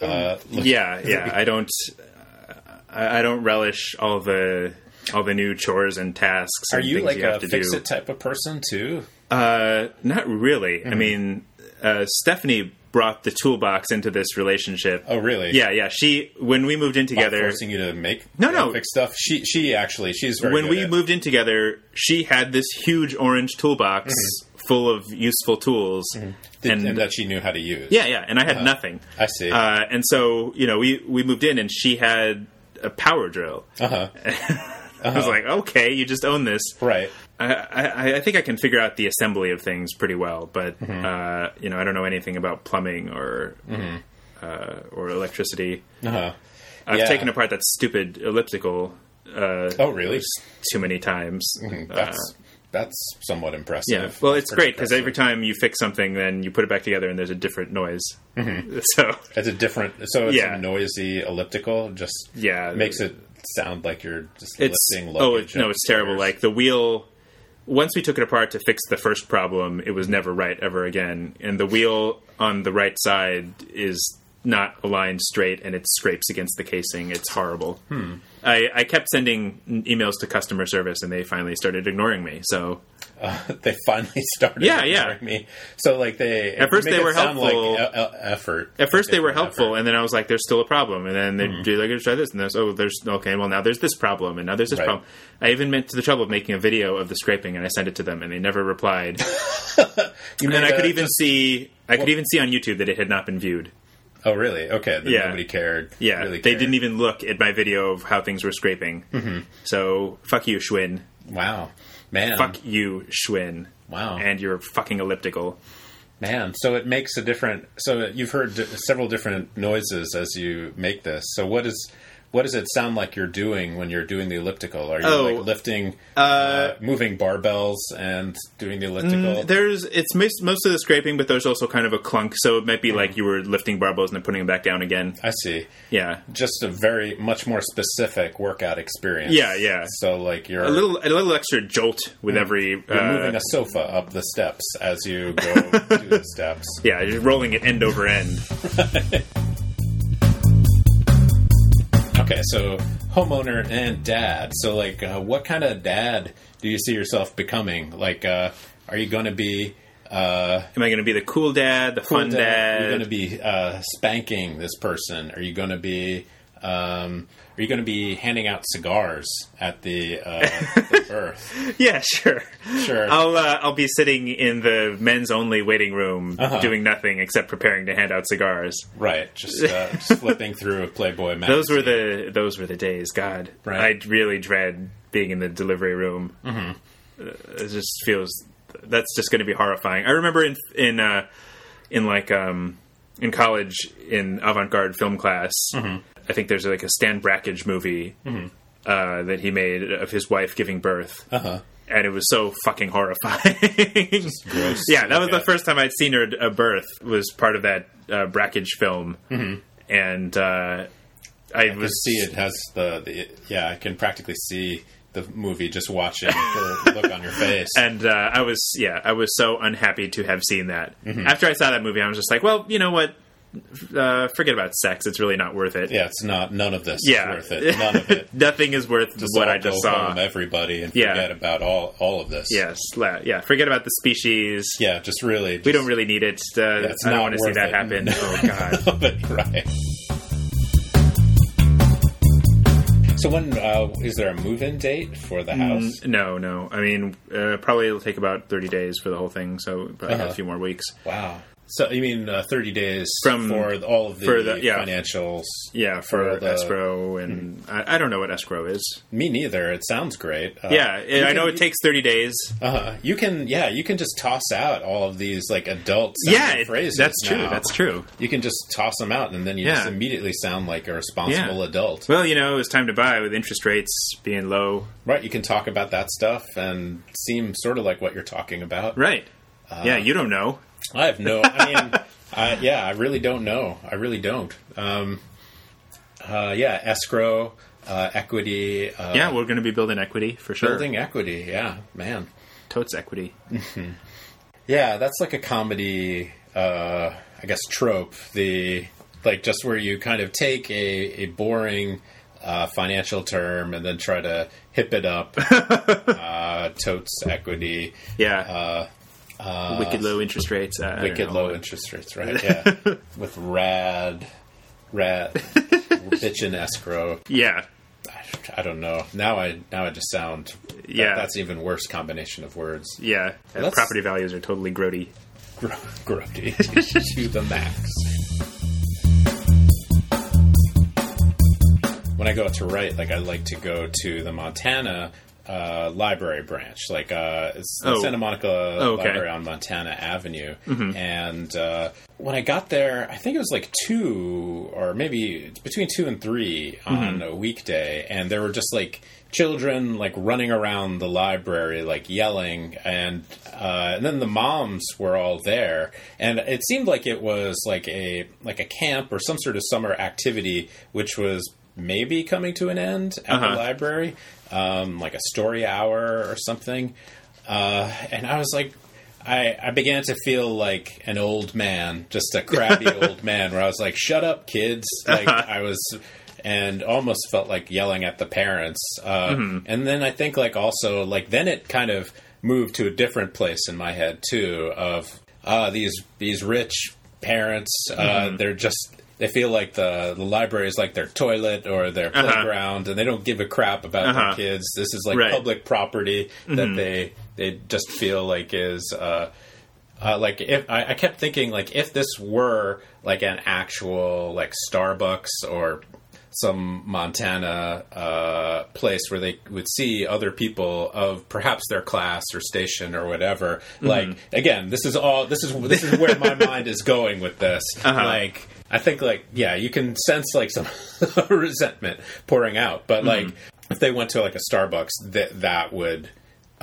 [SPEAKER 2] uh, look-
[SPEAKER 1] yeah, yeah. I don't. uh, I, I don't relish all the all the new chores and tasks.
[SPEAKER 2] are
[SPEAKER 1] and
[SPEAKER 2] you
[SPEAKER 1] things
[SPEAKER 2] like
[SPEAKER 1] you
[SPEAKER 2] a
[SPEAKER 1] have to
[SPEAKER 2] fix
[SPEAKER 1] do.
[SPEAKER 2] it type of person too?
[SPEAKER 1] Uh, not really.
[SPEAKER 2] Mm-hmm.
[SPEAKER 1] I mean, uh, Stephanie brought the toolbox into this relationship.
[SPEAKER 2] Oh, really?
[SPEAKER 1] Yeah, yeah. She when we moved in together.
[SPEAKER 2] forcing you to make uh,
[SPEAKER 1] No, no.
[SPEAKER 2] fix stuff. She she actually she's very
[SPEAKER 1] when
[SPEAKER 2] good
[SPEAKER 1] we
[SPEAKER 2] at-
[SPEAKER 1] moved in together, she had this huge orange toolbox
[SPEAKER 2] Mm-hmm.
[SPEAKER 1] full of useful tools,
[SPEAKER 2] and, Mm-hmm. that she knew how to use.
[SPEAKER 1] yeah, yeah, and I had nothing.
[SPEAKER 2] I see.
[SPEAKER 1] Uh, and so you know, we we moved in, and she had a power drill.
[SPEAKER 2] Uh huh.
[SPEAKER 1] I
[SPEAKER 2] Uh-huh.
[SPEAKER 1] was like, okay, you just own this.
[SPEAKER 2] Right.
[SPEAKER 1] I, I, I think I can figure out the assembly of things pretty well, but
[SPEAKER 2] Mm-hmm.
[SPEAKER 1] uh, you know, I don't know anything about plumbing or uh, or electricity.
[SPEAKER 2] Uh huh.
[SPEAKER 1] I've
[SPEAKER 2] Yeah.
[SPEAKER 1] taken apart that stupid elliptical. Uh,
[SPEAKER 2] Oh, really?
[SPEAKER 1] Too many times.
[SPEAKER 2] That's that's somewhat impressive.
[SPEAKER 1] Uh, Yeah, well,
[SPEAKER 2] That's
[SPEAKER 1] it's
[SPEAKER 2] pretty
[SPEAKER 1] great because every time you fix something, then you put it back together, and there's a different noise.
[SPEAKER 2] Mm-hmm.
[SPEAKER 1] So
[SPEAKER 2] It's a different. So it's
[SPEAKER 1] Yeah.
[SPEAKER 2] a noisy elliptical. Just
[SPEAKER 1] Yeah.
[SPEAKER 2] makes it sound like you're just
[SPEAKER 1] it's
[SPEAKER 2] lifting.
[SPEAKER 1] oh
[SPEAKER 2] luggage
[SPEAKER 1] it, no,
[SPEAKER 2] up
[SPEAKER 1] it's terrible.
[SPEAKER 2] stairs.
[SPEAKER 1] Like the wheel. Once we took it apart to fix the first problem, it was never right ever again. And the wheel on the right side is not aligned straight, and it scrapes against the casing. It's horrible. Hmm. I, I kept sending n- emails to customer service, and they finally started ignoring me. So
[SPEAKER 2] they finally started.
[SPEAKER 1] Yeah, yeah.
[SPEAKER 2] ignoring Me. So like they at
[SPEAKER 1] first they were helpful.
[SPEAKER 2] Like e- e- effort.
[SPEAKER 1] At first,
[SPEAKER 2] Like,
[SPEAKER 1] they were
[SPEAKER 2] different Mm-hmm.
[SPEAKER 1] helpful,
[SPEAKER 2] effort.
[SPEAKER 1] and then I was like, "There's still a problem." And then they'd be like, "Let's try this," and there's oh, there's okay. Well, now there's this problem, and now there's this
[SPEAKER 2] Right.
[SPEAKER 1] problem. I even went to the trouble of making a video of the scraping, and I sent it to them, and they never replied.
[SPEAKER 2] You
[SPEAKER 1] and then
[SPEAKER 2] made
[SPEAKER 1] I could
[SPEAKER 2] a-
[SPEAKER 1] even see, I could even see on YouTube that it had not been viewed.
[SPEAKER 2] Oh really? Okay. Then
[SPEAKER 1] Yeah.
[SPEAKER 2] Nobody cared.
[SPEAKER 1] Yeah,
[SPEAKER 2] Really
[SPEAKER 1] they
[SPEAKER 2] cared. Mm-hmm.
[SPEAKER 1] didn't even look at my video of how things were scraping. So fuck you, Schwinn.
[SPEAKER 2] Wow, man.
[SPEAKER 1] Fuck you, Schwinn.
[SPEAKER 2] Mm. Wow.
[SPEAKER 1] And your fucking elliptical.
[SPEAKER 2] Man, so it makes a different. So you've heard di- several different noises as you make this. So what is what does it sound like you're doing when you're doing the elliptical? Are you
[SPEAKER 1] Oh.
[SPEAKER 2] like lifting, uh, moving barbells and doing the
[SPEAKER 1] Mm,
[SPEAKER 2] elliptical?
[SPEAKER 1] There's it's mis- mostly the scraping, but there's also kind of a clunk. So it
[SPEAKER 2] Mm.
[SPEAKER 1] might be like you were lifting barbells and then putting them back down again.
[SPEAKER 2] I see.
[SPEAKER 1] Yeah,
[SPEAKER 2] Just a very much more specific workout experience.
[SPEAKER 1] Yeah, yeah.
[SPEAKER 2] So like you're
[SPEAKER 1] a little a little extra jolt with every.
[SPEAKER 2] you're
[SPEAKER 1] uh,
[SPEAKER 2] moving a sofa up the steps as you go do the steps.
[SPEAKER 1] yeah, just rolling it end over end.
[SPEAKER 2] Okay, so homeowner and dad. So, like, uh, what kind of dad do you see yourself becoming? Like, uh, are you going to be uh,
[SPEAKER 1] Am I going to be the cool dad, the fun
[SPEAKER 2] Are you
[SPEAKER 1] dad?
[SPEAKER 2] going to be uh, spanking this person? Are you going to be um, Are you going to be handing out cigars at the, uh, the birth?
[SPEAKER 1] Yeah, sure.
[SPEAKER 2] Sure.
[SPEAKER 1] I'll uh, I'll be sitting in the men's only waiting room,
[SPEAKER 2] Uh-huh.
[SPEAKER 1] doing nothing except preparing to hand out cigars.
[SPEAKER 2] Right, just, uh, just flipping through a Playboy magazine.
[SPEAKER 1] Those were the those were the days. God,
[SPEAKER 2] Right.
[SPEAKER 1] I really dread being in the delivery room. Mm-hmm. It just feels that's just going to be horrifying. I remember in in uh, in like um, in college in avant garde film class.
[SPEAKER 2] Mm-hmm.
[SPEAKER 1] I think there's like a Stan Brackage movie uh, that he made of his wife giving birth.
[SPEAKER 2] Uh-huh.
[SPEAKER 1] And it was so fucking horrifying.
[SPEAKER 2] gross.
[SPEAKER 1] Yeah, that was
[SPEAKER 2] Okay.
[SPEAKER 1] the first time I'd seen her at a birth. Was part of that uh, Brackage film, and uh, I,
[SPEAKER 2] I
[SPEAKER 1] was
[SPEAKER 2] see it has the, the yeah. I can practically see the movie just watching the look on your face.
[SPEAKER 1] and uh, I was yeah, I was so unhappy to have seen that.
[SPEAKER 2] Mm-hmm.
[SPEAKER 1] After I saw that movie, I was just like, well, you know what? F- Uh, forget about sex; it's really not worth it.
[SPEAKER 2] Yeah, it's not none of this
[SPEAKER 1] Yeah.
[SPEAKER 2] is worth it. None of it.
[SPEAKER 1] nothing is worth what
[SPEAKER 2] all
[SPEAKER 1] I just
[SPEAKER 2] go
[SPEAKER 1] saw.
[SPEAKER 2] Home, everybody and
[SPEAKER 1] Yeah.
[SPEAKER 2] forget about all all of this.
[SPEAKER 1] Yes, la- yeah. Forget about the species.
[SPEAKER 2] yeah. Just really,
[SPEAKER 1] We don't really need it. Uh,
[SPEAKER 2] it's
[SPEAKER 1] I don't
[SPEAKER 2] not
[SPEAKER 1] want to see
[SPEAKER 2] worth
[SPEAKER 1] that
[SPEAKER 2] it.
[SPEAKER 1] happen.
[SPEAKER 2] No.
[SPEAKER 1] Oh God.
[SPEAKER 2] don't. right. So when uh, is there a move-in date for
[SPEAKER 1] Mm.
[SPEAKER 2] the house?
[SPEAKER 1] No, no. I mean, uh, probably it'll take about 30 days for the whole thing, so probably
[SPEAKER 2] Uh-huh.
[SPEAKER 1] a few more weeks.
[SPEAKER 2] Wow. So you mean uh, thirty days
[SPEAKER 1] From-
[SPEAKER 2] for all of the,
[SPEAKER 1] for the- yeah.
[SPEAKER 2] financials?
[SPEAKER 1] Yeah, for,
[SPEAKER 2] the- hmm.
[SPEAKER 1] escrow, and I, I don't know what escrow is.
[SPEAKER 2] Me neither. It sounds great. Uh,
[SPEAKER 1] yeah,
[SPEAKER 2] you
[SPEAKER 1] and I know
[SPEAKER 2] can-
[SPEAKER 1] it takes 30 days.
[SPEAKER 2] Uh, you can, yeah, you can just toss out all of these like adult
[SPEAKER 1] yeah,
[SPEAKER 2] sounding
[SPEAKER 1] it-
[SPEAKER 2] phrases.
[SPEAKER 1] that's true.
[SPEAKER 2] now.
[SPEAKER 1] That's true.
[SPEAKER 2] You can just toss them out, and then you just
[SPEAKER 1] Yeah.
[SPEAKER 2] immediately sound like a responsible
[SPEAKER 1] Yeah.
[SPEAKER 2] adult,
[SPEAKER 1] Well, you know, it was time to buy with interest rates being low.
[SPEAKER 2] right? You can talk about that stuff and seem sort of like what you're talking about.
[SPEAKER 1] Right.
[SPEAKER 2] Uh,
[SPEAKER 1] yeah, you don't know.
[SPEAKER 2] I have no, I mean, I, yeah, I really don't know. I really don't. Um, uh, yeah, escrow, uh, equity, uh,
[SPEAKER 1] yeah, we're going to be building equity for sure.
[SPEAKER 2] building equity. Yeah, man.
[SPEAKER 1] Totes equity.
[SPEAKER 2] Yeah, that's like a comedy, uh, I guess, trope. The like just where you kind of take a, a boring uh, financial term and then try to hip it up. uh, totes equity,
[SPEAKER 1] Yeah. wicked low interest rates. Uh, I don't
[SPEAKER 2] Uh, wicked
[SPEAKER 1] know.
[SPEAKER 2] low interest rates, right? Yeah, with rad, rad, bitchin' escrow.
[SPEAKER 1] Yeah.
[SPEAKER 2] I, I don't know. Now I now I just sound. that-
[SPEAKER 1] Yeah.
[SPEAKER 2] that's an even worse combination of words.
[SPEAKER 1] Yeah. And
[SPEAKER 2] Let's-
[SPEAKER 1] property values are totally grody.
[SPEAKER 2] Gro- grody to the max. When I go out to write, like I like to go to the Montana uh, library branch, like uh, it's the
[SPEAKER 1] Oh.
[SPEAKER 2] Santa Monica
[SPEAKER 1] Oh, okay.
[SPEAKER 2] Library on Montana Avenue. And uh, when I got there, I think it was like two or maybe between two and three on a weekday, and there were just like children like running around the library, like yelling, and uh, and then the moms were all there, and it seemed like it was like a like a camp or some sort of summer activity, which was maybe coming to an end at the
[SPEAKER 1] Uh-huh.
[SPEAKER 2] library, um, like a story hour or something. Uh, and I was like, I, I began to feel like an old man, just a crabby old man, where I was like, shut up, kids. Like, I was, and almost felt like yelling at the parents. Uh, And then I think, like, also, like, then it kind of moved to a different place in my head, too, of, ah, these, these rich parents, uh, they're just, they feel like the, the library is like their toilet or their playground, and they don't give a crap about
[SPEAKER 1] Uh-huh.
[SPEAKER 2] their kids. This is like
[SPEAKER 1] Right. Mm-hmm.
[SPEAKER 2] public property that they they just feel like is uh, uh, like if I, I kept thinking like if this were like an actual like Starbucks or some Montana uh, place where they would see other people of perhaps their class or station or whatever. Like again, this is all this is this is where my mind is going with this. Like I think like yeah, you can sense like some resentment pouring out, but like if they went to like a Starbucks, that that would.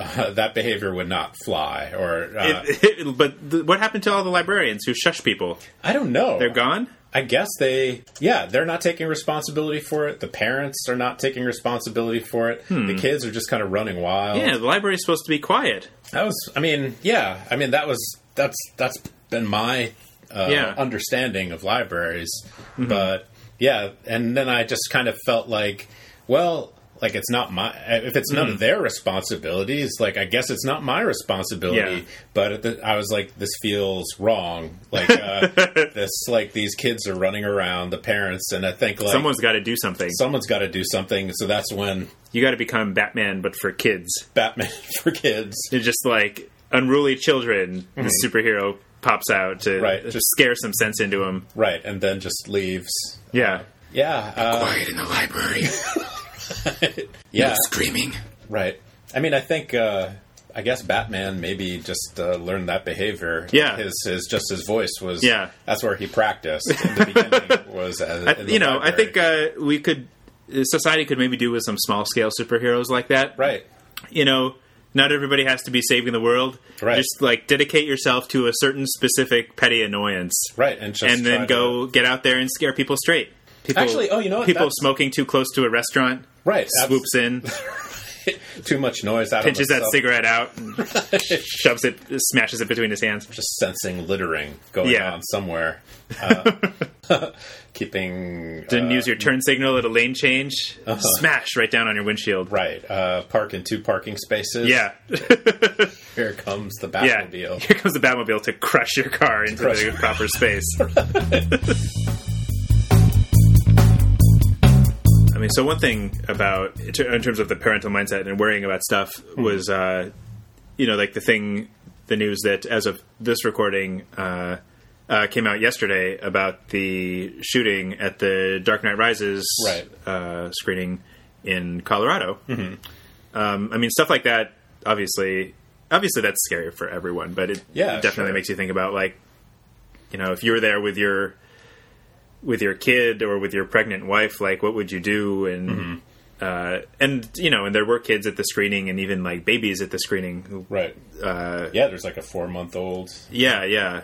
[SPEAKER 2] Uh, that behavior would not fly, or uh,
[SPEAKER 1] It- it- but th- what happened to all the librarians who shush people?
[SPEAKER 2] I don't know.
[SPEAKER 1] They're gone.
[SPEAKER 2] I guess they, yeah, they're not taking responsibility for it. The parents are not taking responsibility for it. The kids are just kind of running wild.
[SPEAKER 1] Hmm. Yeah, the library's supposed to be quiet.
[SPEAKER 2] That was, I mean, yeah, I mean, that was, that's, that's been my uh,
[SPEAKER 1] Yeah. Mm-hmm.
[SPEAKER 2] understanding of libraries. But yeah, and then I just kind of felt like, well, like it's not my, if it's none
[SPEAKER 1] Mm-hmm.
[SPEAKER 2] of their responsibilities, like I guess it's not my responsibility.
[SPEAKER 1] Yeah.
[SPEAKER 2] But at the, I was like, this feels wrong. Like, uh, this, like these kids are running around, the parents, and I think like
[SPEAKER 1] Someone's got to do something.
[SPEAKER 2] someone's got to do something. So that's when
[SPEAKER 1] you got to become Batman, but for kids.
[SPEAKER 2] Batman for kids.
[SPEAKER 1] It's just like unruly children. The superhero pops out to
[SPEAKER 2] Mm-hmm. Right.
[SPEAKER 1] just scare some sense into them.
[SPEAKER 2] Right. And then just leaves.
[SPEAKER 1] Yeah.
[SPEAKER 2] Yeah. Uh,
[SPEAKER 3] Quiet in the library.
[SPEAKER 2] yeah.
[SPEAKER 3] Screaming.
[SPEAKER 2] Right. I mean, I think uh, I guess Batman maybe just uh, learned that behavior.
[SPEAKER 1] Yeah.
[SPEAKER 2] his his just his voice was.
[SPEAKER 1] Yeah.
[SPEAKER 2] that's where he practiced. In the beginning was as,
[SPEAKER 1] I, you know, I think uh, we could society could maybe do with some small scale superheroes like that.
[SPEAKER 2] right.
[SPEAKER 1] You know, not everybody has to be saving the world.
[SPEAKER 2] Right.
[SPEAKER 1] Just like dedicate yourself to a certain specific petty annoyance.
[SPEAKER 2] Right, and just
[SPEAKER 1] and
[SPEAKER 2] try
[SPEAKER 1] then
[SPEAKER 2] to-
[SPEAKER 1] go get out there and scare people straight. People,
[SPEAKER 2] Actually, oh, you know what?
[SPEAKER 1] people
[SPEAKER 2] That's-
[SPEAKER 1] smoking too close to a restaurant.
[SPEAKER 2] Right,
[SPEAKER 1] Swoops in,
[SPEAKER 2] Too much noise. Out
[SPEAKER 1] pinches
[SPEAKER 2] of
[SPEAKER 1] that
[SPEAKER 2] himself.
[SPEAKER 1] cigarette out, and shoves it, smashes it between his hands.
[SPEAKER 2] Just sensing littering going
[SPEAKER 1] Yeah.
[SPEAKER 2] on somewhere. Uh, keeping
[SPEAKER 1] Didn't
[SPEAKER 2] uh, uh-huh.
[SPEAKER 1] use your turn signal at a lane change. Smash right down on your windshield.
[SPEAKER 2] right. Uh, park in two parking spaces.
[SPEAKER 1] Yeah,
[SPEAKER 2] here comes the
[SPEAKER 1] yeah.
[SPEAKER 2] Batmobile.
[SPEAKER 1] Here comes the Batmobile to crush your car into
[SPEAKER 2] Crush.
[SPEAKER 1] the proper space. I mean, so one thing about in ter- in terms of the parental mindset and worrying about stuff
[SPEAKER 2] Hmm.
[SPEAKER 1] was, uh, you know, like the thing, the news that as of this recording uh, uh, came out yesterday about the shooting at the Dark Knight Rises
[SPEAKER 2] Right.
[SPEAKER 1] uh, screening in Colorado. Um, I mean, stuff like that. Obviously, obviously that's scary for everyone, but it
[SPEAKER 2] Yeah,
[SPEAKER 1] definitely
[SPEAKER 2] sure.
[SPEAKER 1] makes you think about like, you know, if you were there with your with your kid or with your pregnant wife, like what would you do? And
[SPEAKER 2] Mm-hmm.
[SPEAKER 1] uh, and you know, and there were kids at the screening, and even like babies at the screening. who-
[SPEAKER 2] Right. Uh, yeah, there's like a four month old.
[SPEAKER 1] Yeah, yeah.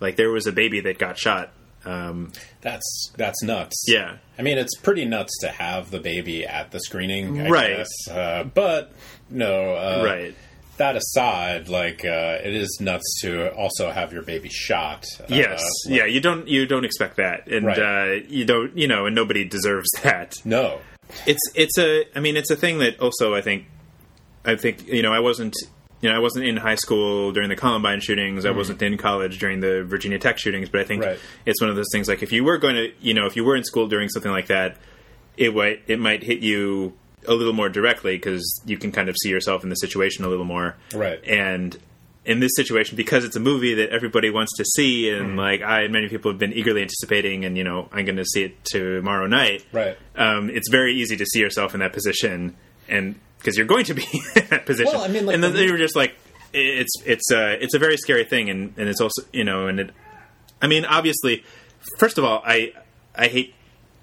[SPEAKER 1] Like there was a baby that got shot. Um,
[SPEAKER 2] That's that's nuts.
[SPEAKER 1] yeah,
[SPEAKER 2] I mean, it's pretty nuts to have the baby at the screening, I
[SPEAKER 1] Right.
[SPEAKER 2] guess. Uh, but no, uh,
[SPEAKER 1] right.
[SPEAKER 2] That aside, like uh, it is nuts to also have your baby shot. Uh,
[SPEAKER 1] Yes,
[SPEAKER 2] like,
[SPEAKER 1] yeah. You don't you don't expect that, and
[SPEAKER 2] Right.
[SPEAKER 1] uh, you don't you know, and nobody deserves that.
[SPEAKER 2] No.
[SPEAKER 1] it's it's a I mean it's a thing that also I think I think you know I wasn't you know I wasn't in high school during the Columbine shootings I wasn't in college during the Virginia Tech shootings but I think
[SPEAKER 2] Mm-hmm. Right.
[SPEAKER 1] it's one of those things like if you were going to you know if you were in school during something like that it might it might hit you a little more directly because you can kind of see yourself in the situation a little more
[SPEAKER 2] Right.
[SPEAKER 1] and in this situation because it's a movie that everybody wants to see and
[SPEAKER 2] Mm-hmm.
[SPEAKER 1] like I and many people have been eagerly anticipating and you know I'm going to see it tomorrow night
[SPEAKER 2] Right.
[SPEAKER 1] um, it's very easy to see yourself in that position, and because you're going to be in that position.
[SPEAKER 2] Well, I mean, like,
[SPEAKER 1] and then
[SPEAKER 2] the-
[SPEAKER 1] you were just like, it's it's uh, it's a very scary thing, and and it's also you know, and it, I mean, obviously, first of all, I I hate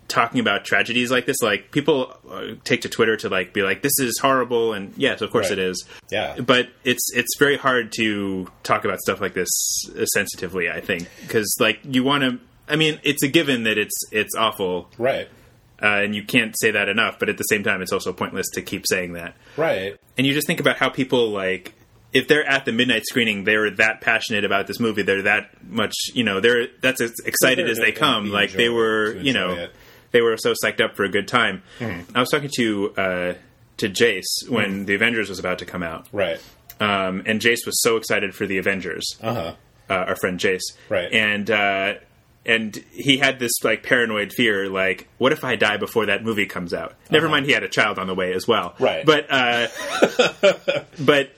[SPEAKER 1] talking about tragedies like this. Like people uh, take to Twitter to like be like, this is horrible, and yes, of course
[SPEAKER 2] Right.
[SPEAKER 1] it is.
[SPEAKER 2] Yeah.
[SPEAKER 1] But it's it's very hard to talk about stuff like this uh, sensitively. I think because like you want to. I mean, it's a given that it's it's awful,
[SPEAKER 2] Right.
[SPEAKER 1] uh, and you can't say that enough. But at the same time, it's also pointless to keep saying that.
[SPEAKER 2] Right.
[SPEAKER 1] And you just think about how people like if they're at the midnight screening, they're that passionate about this movie. They're that much, you know, they're that's as excited
[SPEAKER 2] They're
[SPEAKER 1] as they
[SPEAKER 2] gonna
[SPEAKER 1] come.
[SPEAKER 2] be
[SPEAKER 1] Like they
[SPEAKER 2] enjoy-
[SPEAKER 1] were,
[SPEAKER 2] to
[SPEAKER 1] you know,
[SPEAKER 2] enjoy it. Mm-hmm.
[SPEAKER 1] they were so psyched up for a good time. I was talking to uh, to Jace when the Avengers was about to come out,
[SPEAKER 2] Right.
[SPEAKER 1] um, and Jace was so excited for the Avengers
[SPEAKER 2] Uh huh.
[SPEAKER 1] uh, our friend Jace,
[SPEAKER 2] Right.
[SPEAKER 1] And uh, and he had this like paranoid fear, like, what if I die before that movie comes
[SPEAKER 2] Uh-huh.
[SPEAKER 1] out? Never mind, he had a child on the way as well,
[SPEAKER 2] Right.
[SPEAKER 1] uh, But uh, but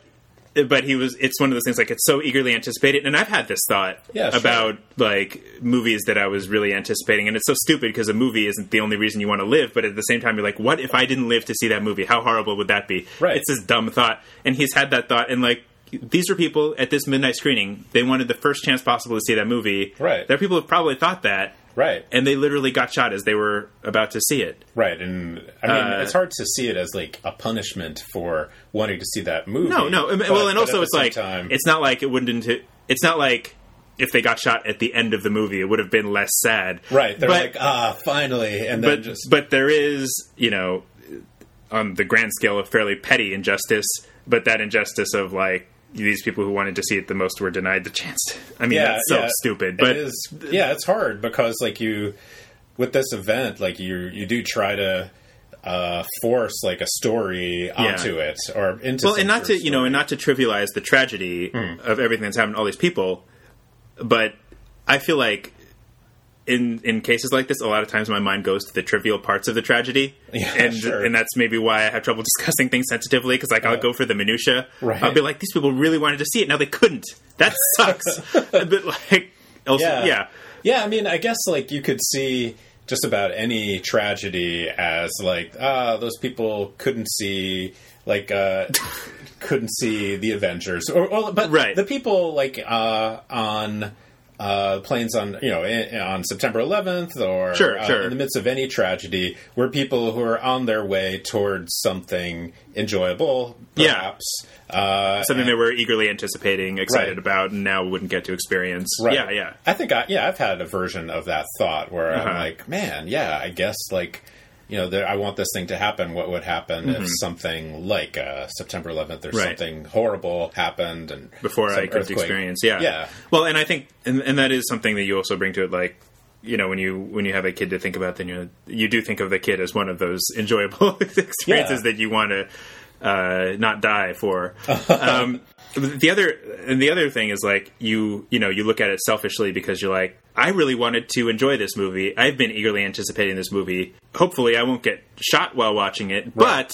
[SPEAKER 1] but he was it's one of those things like it's so eagerly anticipated and i've had this thought
[SPEAKER 2] Yeah, sure.
[SPEAKER 1] about like movies that i was really anticipating and it's so stupid because a movie isn't the only reason you want to live but at the same time you're like what if i didn't live to see that movie how horrible would that be
[SPEAKER 2] Right.
[SPEAKER 1] it's this dumb thought and he's had that thought and like these are people at this midnight screening they wanted the first chance possible to see that movie
[SPEAKER 2] Right.
[SPEAKER 1] there are people who probably thought that
[SPEAKER 2] Right.
[SPEAKER 1] and they literally got shot as they were about to see it
[SPEAKER 2] Right, and I mean,
[SPEAKER 1] Uh,
[SPEAKER 2] it's hard to see it as like a punishment for wanting to see that movie.
[SPEAKER 1] No, Oh, no. I mean,
[SPEAKER 2] but-
[SPEAKER 1] well, and
[SPEAKER 2] but at
[SPEAKER 1] also
[SPEAKER 2] the
[SPEAKER 1] it's
[SPEAKER 2] same
[SPEAKER 1] like
[SPEAKER 2] time,
[SPEAKER 1] it's not like it wouldn't. Into, it's not like if they got shot at the end of the movie, it would have been less sad.
[SPEAKER 2] right. They're
[SPEAKER 1] but,
[SPEAKER 2] like, ah, finally, and then
[SPEAKER 1] but
[SPEAKER 2] just
[SPEAKER 1] but there is you know on the grand scale of fairly petty injustice, but that injustice of like these people who wanted to see it the most were denied the chance. I mean, that's so stupid. But
[SPEAKER 2] it is, yeah, it's hard because like you with this event, like you you do try to uh, force like a story onto it or into
[SPEAKER 1] well,
[SPEAKER 2] some
[SPEAKER 1] and not to
[SPEAKER 2] sort of
[SPEAKER 1] you know, and not to trivialize the tragedy
[SPEAKER 2] Hmm.
[SPEAKER 1] of everything that's happened to all these people, but I feel like in in cases like this, a lot of times my mind goes to the trivial parts of the tragedy,
[SPEAKER 2] Yeah,
[SPEAKER 1] and
[SPEAKER 2] sure.
[SPEAKER 1] and that's maybe why I have trouble discussing things sensitively because like I'll go for the minutia.
[SPEAKER 2] Right.
[SPEAKER 1] I'll be like, these people really wanted to see it, now they couldn't. That sucks. but like, also,
[SPEAKER 2] yeah.
[SPEAKER 1] yeah.
[SPEAKER 2] Yeah, I mean, I guess like you could see just about any tragedy as like ah, those people couldn't see like uh couldn't see the Avengers or well, but
[SPEAKER 1] Right.
[SPEAKER 2] the people like uh on uh planes on you know in, on September 11th or
[SPEAKER 1] Sure,
[SPEAKER 2] uh,
[SPEAKER 1] sure.
[SPEAKER 2] in the midst of any tragedy were people who are on their way towards something enjoyable
[SPEAKER 1] Yeah.
[SPEAKER 2] perhaps uh
[SPEAKER 1] Something they were eagerly anticipating, excited
[SPEAKER 2] Right.
[SPEAKER 1] about, and now wouldn't get to experience. Yeah, yeah.
[SPEAKER 2] I think I yeah, I've had a version of that thought where I'm
[SPEAKER 1] Uh-huh.
[SPEAKER 2] like, man, yeah, I guess like you know, there, I want this thing to happen. What would happen if something like uh, September 11th or
[SPEAKER 1] Mm-hmm. Right.
[SPEAKER 2] something horrible happened and
[SPEAKER 1] before
[SPEAKER 2] some
[SPEAKER 1] I could
[SPEAKER 2] earthquake-
[SPEAKER 1] experience. Yeah,
[SPEAKER 2] yeah,
[SPEAKER 1] Well, and I think, and, and that is something that you also bring to it, like you know, when you when you have a kid to think about, then you you do think of the kid as one of those enjoyable experiences
[SPEAKER 2] Yeah.
[SPEAKER 1] that you want to uh, not die for. um, the other and the other thing is like you you know you look at it selfishly because you're like I really wanted to enjoy this movie. I've been eagerly anticipating this movie. Hopefully, I won't get shot while watching it, but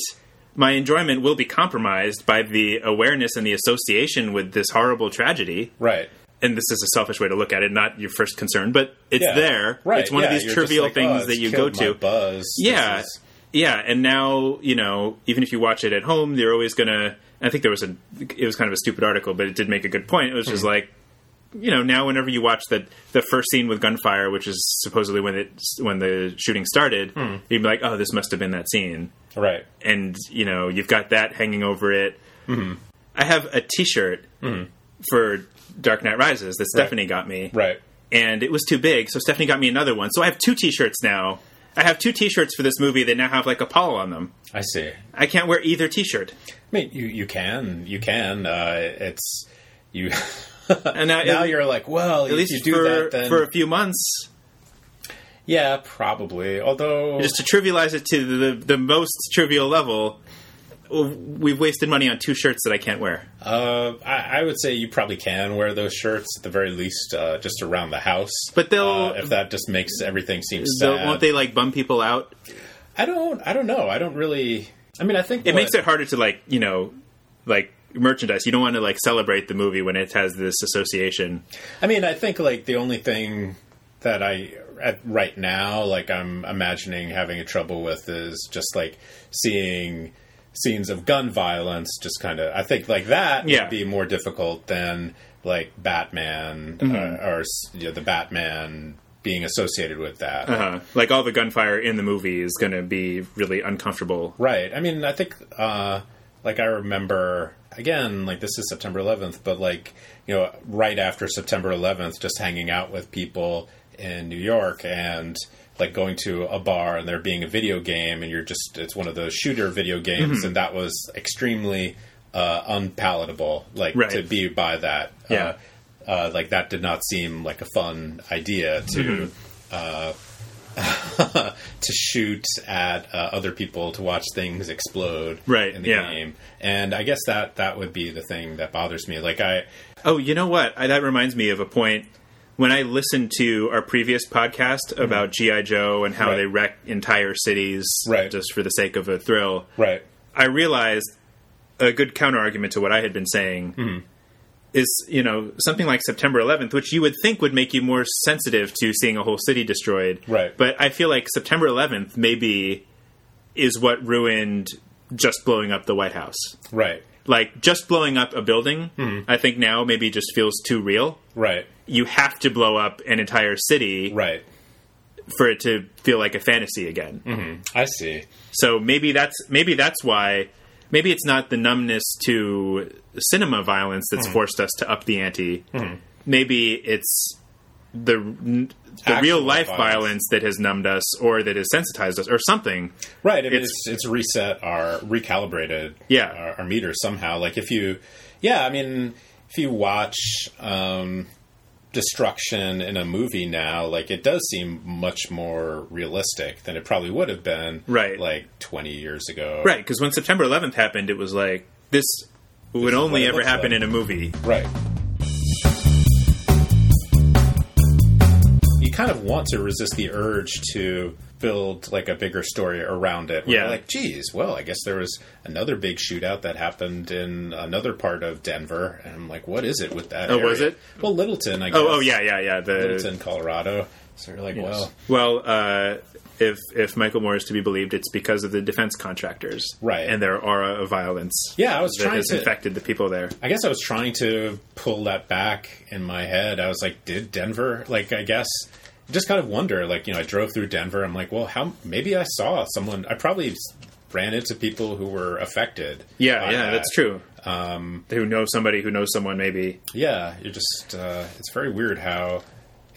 [SPEAKER 1] my enjoyment will be compromised by the awareness and the association with this horrible tragedy
[SPEAKER 2] right.
[SPEAKER 1] and this is a selfish way to look at it, not your first concern, but it's
[SPEAKER 2] Yeah.
[SPEAKER 1] there.
[SPEAKER 2] Right.
[SPEAKER 1] It's one
[SPEAKER 2] yeah,
[SPEAKER 1] of these
[SPEAKER 2] you're just
[SPEAKER 1] trivial
[SPEAKER 2] like, oh,
[SPEAKER 1] things
[SPEAKER 2] it's
[SPEAKER 1] that you go
[SPEAKER 2] killed my
[SPEAKER 1] to.
[SPEAKER 2] Buzz. This
[SPEAKER 1] Yeah.
[SPEAKER 2] is-
[SPEAKER 1] Yeah, and now, you know, even if you watch it at home, they're always going to I think there was a it was kind of a stupid article, but it did make a good point. It was
[SPEAKER 2] Hmm.
[SPEAKER 1] just like you know, now whenever you watch the the first scene with gunfire, which is supposedly when it when the shooting started,
[SPEAKER 2] Hmm.
[SPEAKER 1] you'd be like, "Oh, this must have been that scene."
[SPEAKER 2] right.
[SPEAKER 1] and you know you've got that hanging over it.
[SPEAKER 2] Mm-hmm.
[SPEAKER 1] I have a T-shirt for Dark Knight Rises that Stephanie got me,
[SPEAKER 2] Right.
[SPEAKER 1] and it was too big, so Stephanie got me another one. So I have two T-shirts now. I have two T-shirts for this movie that now have like Apollo on them.
[SPEAKER 2] I see.
[SPEAKER 1] I can't wear either T-shirt,
[SPEAKER 2] I mean, you you can you can uh, it's you
[SPEAKER 1] and now,
[SPEAKER 2] Uh, now
[SPEAKER 1] at,
[SPEAKER 2] you're like, well,
[SPEAKER 1] at least
[SPEAKER 2] if you do
[SPEAKER 1] for
[SPEAKER 2] that then
[SPEAKER 1] for a few months.
[SPEAKER 2] yeah, probably. Although
[SPEAKER 1] Just to trivialize it to the the most trivial level, we've wasted money on two shirts that I can't wear.
[SPEAKER 2] Uh, I, I would say you probably can wear those shirts at the very least, uh, just around the house.
[SPEAKER 1] But they'll-
[SPEAKER 2] uh, if that just makes everything seem
[SPEAKER 1] So
[SPEAKER 2] sad.
[SPEAKER 1] won't they like bum people out
[SPEAKER 2] I don't. I don't know. I don't really. I mean, I think
[SPEAKER 1] it makes it harder to like you know like merchandise you don't want to like celebrate the movie when it has this association
[SPEAKER 2] I mean, I think like the only thing that I at right now, like I'm imagining having a trouble with is just like seeing scenes of gun violence. Just kind of, I think like that
[SPEAKER 1] Yeah.
[SPEAKER 2] would be more difficult than like Batman
[SPEAKER 1] Mm-hmm.
[SPEAKER 2] uh, or s- you know, the Batman being associated with that.
[SPEAKER 1] uh, like all the gunfire in the movie is going to be really uncomfortable
[SPEAKER 2] Right. I mean, I think uh, like I remember again, like this is September 11th, but like you know, right after September 11th, just hanging out with people in New York and like going to a bar and there being a video game and you're just it's one of those shooter video games
[SPEAKER 1] Mm-hmm.
[SPEAKER 2] and that was extremely uh, unpalatable like
[SPEAKER 1] Right.
[SPEAKER 2] to be by that
[SPEAKER 1] Yeah.
[SPEAKER 2] uh, uh, like that did not seem like a fun idea
[SPEAKER 1] Mm-hmm.
[SPEAKER 2] to to shoot at uh, other people to watch things explode
[SPEAKER 1] Right,
[SPEAKER 2] in the
[SPEAKER 1] yeah.
[SPEAKER 2] game and i guess that that would be the thing that bothers me like i
[SPEAKER 1] oh you know what I, that reminds me of a point when i listened to our previous podcast about gi joe and how
[SPEAKER 2] Right.
[SPEAKER 1] they wreck entire cities
[SPEAKER 2] Right.
[SPEAKER 1] just for the sake of a thrill
[SPEAKER 2] right
[SPEAKER 1] i realized a good counter argument to what I had been saying
[SPEAKER 2] Mm-hmm.
[SPEAKER 1] is you know something like September 11th, which you would think would make you more sensitive to seeing a whole city destroyed.
[SPEAKER 2] Right.
[SPEAKER 1] But I feel like September 11th maybe is what ruined just blowing up the White House.
[SPEAKER 2] Right.
[SPEAKER 1] Like just blowing up a building,
[SPEAKER 2] Mm-hmm.
[SPEAKER 1] I think now maybe just feels too real.
[SPEAKER 2] Right.
[SPEAKER 1] You have to blow up an entire city
[SPEAKER 2] Right.
[SPEAKER 1] for it to feel like a fantasy again.
[SPEAKER 2] I see.
[SPEAKER 1] So maybe that's maybe that's why maybe it's not the numbness to cinema violence that's forced us to up the ante. Maybe it's the the real
[SPEAKER 2] Actual
[SPEAKER 1] life
[SPEAKER 2] violence.
[SPEAKER 1] violence. that has numbed us or that has sensitized us or something.
[SPEAKER 2] Right. I mean, it's,
[SPEAKER 1] It's-
[SPEAKER 2] it's reset our recalibrated
[SPEAKER 1] Yeah.
[SPEAKER 2] our, our meter somehow. Like if you, yeah, I mean, if you watch um, destruction in a movie now, like it does seem much more realistic than it probably would have been,
[SPEAKER 1] Right.
[SPEAKER 2] Like twenty years ago,
[SPEAKER 1] Right, because when September 11th happened it was like this would only
[SPEAKER 2] it
[SPEAKER 1] ever
[SPEAKER 2] looks
[SPEAKER 1] happen
[SPEAKER 2] like.
[SPEAKER 1] in a movie.
[SPEAKER 2] Right. You kind of want to resist the urge to build like a bigger story around it. where
[SPEAKER 1] Yeah.
[SPEAKER 2] you're Like, geez, well, I guess there was another big shootout that happened in another part of Denver, and I'm like, what is it with that?
[SPEAKER 1] Oh, was
[SPEAKER 2] area?
[SPEAKER 1] it?
[SPEAKER 2] Well, Littleton, I guess.
[SPEAKER 1] Oh, oh yeah, yeah, yeah. The
[SPEAKER 2] Littleton, Colorado. So you're like, well,
[SPEAKER 1] well, uh, if if Michael Moore is to be believed, it's because of the defense contractors,
[SPEAKER 2] Right.
[SPEAKER 1] And their aura of violence,
[SPEAKER 2] Yeah, I was
[SPEAKER 1] that
[SPEAKER 2] trying
[SPEAKER 1] has
[SPEAKER 2] to-
[SPEAKER 1] infected the people there.
[SPEAKER 2] I guess I was trying to pull that back in my head. I was like, did Denver? Like, I guess just kind of wonder. Like, you know, I drove through Denver. I'm like, well, how? Maybe I saw someone. I probably s- ran into people who were affected.
[SPEAKER 1] Yeah,
[SPEAKER 2] by
[SPEAKER 1] yeah,
[SPEAKER 2] that.
[SPEAKER 1] that's true. Um, who know somebody who knows someone, maybe.
[SPEAKER 2] Yeah, you're just. Uh, it's very weird how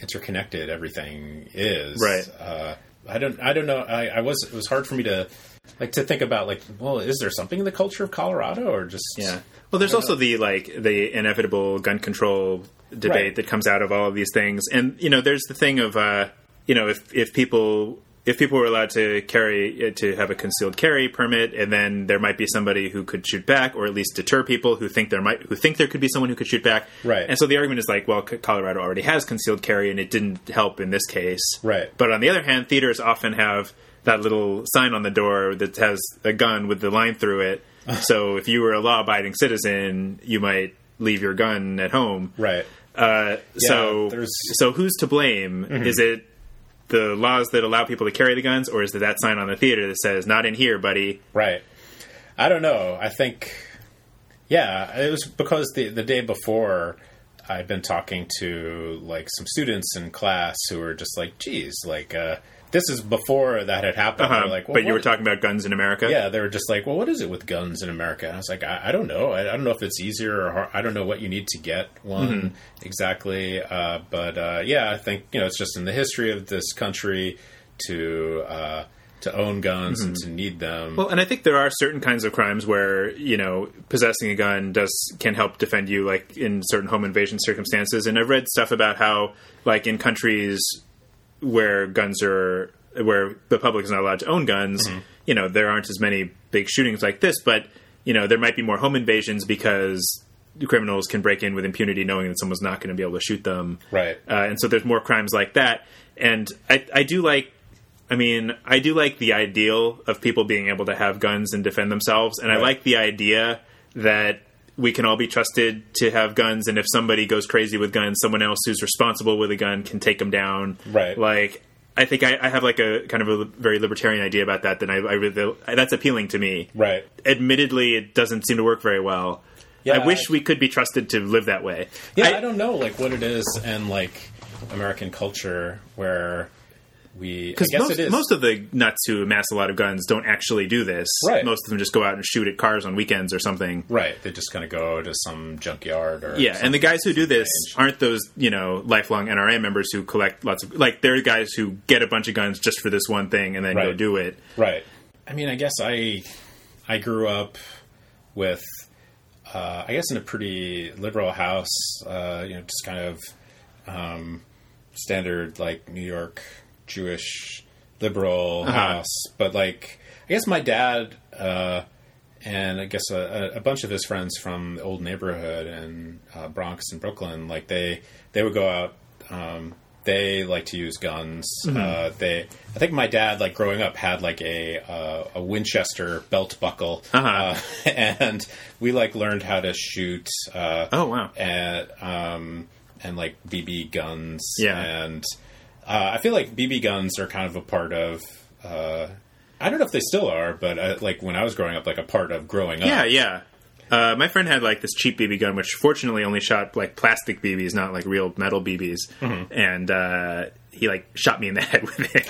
[SPEAKER 2] interconnected everything is.
[SPEAKER 1] Right.
[SPEAKER 2] Uh, I don't. I don't know. I, I was. It was hard for me to like to think about. Like, well, is there something in the culture of Colorado, or just
[SPEAKER 1] Yeah. Well, there's also the like the inevitable gun control debate
[SPEAKER 2] Right.
[SPEAKER 1] that comes out of all of these things, and you know, there's the thing of uh, you know, if if people if people were allowed to carry uh, to have a concealed carry permit, and then there might be somebody who could shoot back, or at least deter people who think there might who think there could be someone who could shoot back.
[SPEAKER 2] Right.
[SPEAKER 1] And so the argument is like, well, C- Colorado already has concealed carry, and it didn't help in this case.
[SPEAKER 2] Right.
[SPEAKER 1] But on the other hand, theaters often have that little sign on the door that has a gun with the line through it. so if you were a law-abiding citizen, you might leave your gun at home.
[SPEAKER 2] right?
[SPEAKER 1] Uh, so
[SPEAKER 2] there's- Mm-hmm.
[SPEAKER 1] so who's to blame? Is it the laws that allow people to carry the guns, or is it that sign on the theater that says "Not in here, buddy"?
[SPEAKER 2] Right. I don't know. I think, yeah, it was because the the day before I'd been talking to like some students in class who were just like, "Geez, like uh, this is before that had happened." They're
[SPEAKER 1] Um,
[SPEAKER 2] like,
[SPEAKER 1] but you were
[SPEAKER 2] what-
[SPEAKER 1] talking about guns in America.
[SPEAKER 2] Yeah, they were just like, "Well, what is it with guns in America?" And I was like, "I, I don't know. I, I don't know if it's easier or hard. I don't know what you need to get one
[SPEAKER 1] Mm-hmm.
[SPEAKER 2] exactly." Uh, but uh, yeah, I think you know it's just in the history of this country to uh, to own guns and to need them.
[SPEAKER 1] Mm-hmm. Well, and I think there are certain kinds of crimes where you know possessing a gun does can help defend you, like in certain home invasion circumstances. And I've read stuff about how, like in countries where guns are, where the public is not allowed to own guns, you know, there aren't as many big shootings like this. But you know, there might be more home invasions because criminals can break in with impunity, knowing that someone's not going to be able to shoot them.
[SPEAKER 2] Right.
[SPEAKER 1] Uh, and so there's more crimes like that. And I, I do like, I mean, I do like the ideal of people being able to have guns and defend themselves. And I
[SPEAKER 2] Right.
[SPEAKER 1] like the idea that we can all be trusted to have guns. And if somebody goes crazy with guns, someone else who's responsible with a gun can take them down.
[SPEAKER 2] Right.
[SPEAKER 1] Like, I think I, I have like a kind of a very libertarian idea about that. That I, I really, that's appealing to me.
[SPEAKER 2] Right.
[SPEAKER 1] Admittedly, it doesn't seem to work very well.
[SPEAKER 2] Yeah,
[SPEAKER 1] I wish
[SPEAKER 2] I-
[SPEAKER 1] we could be trusted to live that way.
[SPEAKER 2] Yeah, I, don't know like what it is and like American culture where we I guess
[SPEAKER 1] Because
[SPEAKER 2] it is
[SPEAKER 1] most, most of the nuts who amass a lot of guns don't actually do this.
[SPEAKER 2] Right.
[SPEAKER 1] Most of them just go out and shoot at cars on weekends or something.
[SPEAKER 2] right. They just kind of go to some junkyard or
[SPEAKER 1] Yeah,
[SPEAKER 2] some-
[SPEAKER 1] and the guys who do this aren't those you know lifelong NRA members who collect lots of like they're guys who get a bunch of guns just for this one thing and then go
[SPEAKER 2] Right.
[SPEAKER 1] do it.
[SPEAKER 2] right. I mean, I guess I I grew up with uh, I guess in a pretty liberal house, uh, you know, just kind of um, standard like New York Jewish liberal house, but like I guess my dad uh, and I guess a, a- a bunch of his friends from the old neighborhood and uh, Bronx and Brooklyn, like they they would go out um, They like to use guns. Uh,
[SPEAKER 1] Mm-hmm.
[SPEAKER 2] they, I think my dad, like growing up, had like a uh, a Winchester belt buckle,
[SPEAKER 1] Uh-huh.
[SPEAKER 2] Uh, and we like learned how to shoot. Uh,
[SPEAKER 1] Oh wow.
[SPEAKER 2] and um, and like BB guns.
[SPEAKER 1] Yeah.
[SPEAKER 2] and uh, I feel like BB guns are kind of a part of. Uh, I don't know if they still are, but uh, like when I was growing up, like a part of growing up.
[SPEAKER 1] Yeah, yeah. Uh, my friend had like this cheap BB gun, which fortunately only shot like plastic BBs, not like real metal BBs.
[SPEAKER 2] Mm-hmm.
[SPEAKER 1] And uh, he like shot me in the head with it.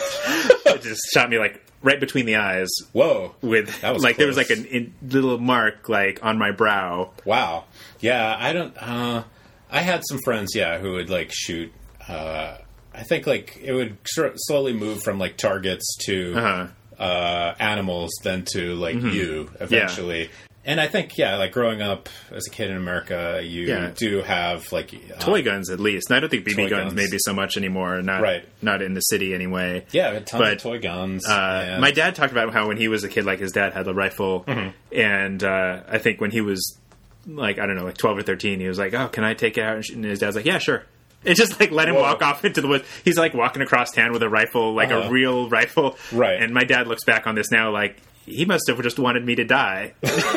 [SPEAKER 1] it just shot me like right between the eyes.
[SPEAKER 2] Whoa.
[SPEAKER 1] With
[SPEAKER 2] That was
[SPEAKER 1] like there was
[SPEAKER 2] close.
[SPEAKER 1] like an in, little mark like on my brow.
[SPEAKER 2] Wow. Yeah, I don't. Uh, I had some friends, yeah, who would like shoot. Uh, I think like it would sort of slowly move from like targets to
[SPEAKER 1] Uh-huh. Mm-hmm.
[SPEAKER 2] uh, animals, then to like you eventually. And I think yeah, like growing up as a kid in America, you
[SPEAKER 1] Yeah.
[SPEAKER 2] do have like uh,
[SPEAKER 1] Toy guns, at least. And I don't think BB
[SPEAKER 2] Toy
[SPEAKER 1] guns,
[SPEAKER 2] guns.
[SPEAKER 1] maybe so much anymore. Not
[SPEAKER 2] Right.
[SPEAKER 1] not in the city anyway.
[SPEAKER 2] yeah, tons
[SPEAKER 1] but,
[SPEAKER 2] of toy guns.
[SPEAKER 1] Uh,
[SPEAKER 2] and-
[SPEAKER 1] my dad talked about how when he was a kid, like his dad had a rifle,
[SPEAKER 2] Mm-hmm.
[SPEAKER 1] and uh, I think when he was like I don't know, like twelve or thirteen, he was like, "Oh, can I take it out?" And sh- And his dad's like, "Yeah, sure." It's just like let him
[SPEAKER 2] Whoa.
[SPEAKER 1] walk off into the woods. He's like walking across town with a rifle, like
[SPEAKER 2] Uh-huh.
[SPEAKER 1] a real rifle.
[SPEAKER 2] Right.
[SPEAKER 1] And my dad looks back on this now, like he must have just wanted me to die.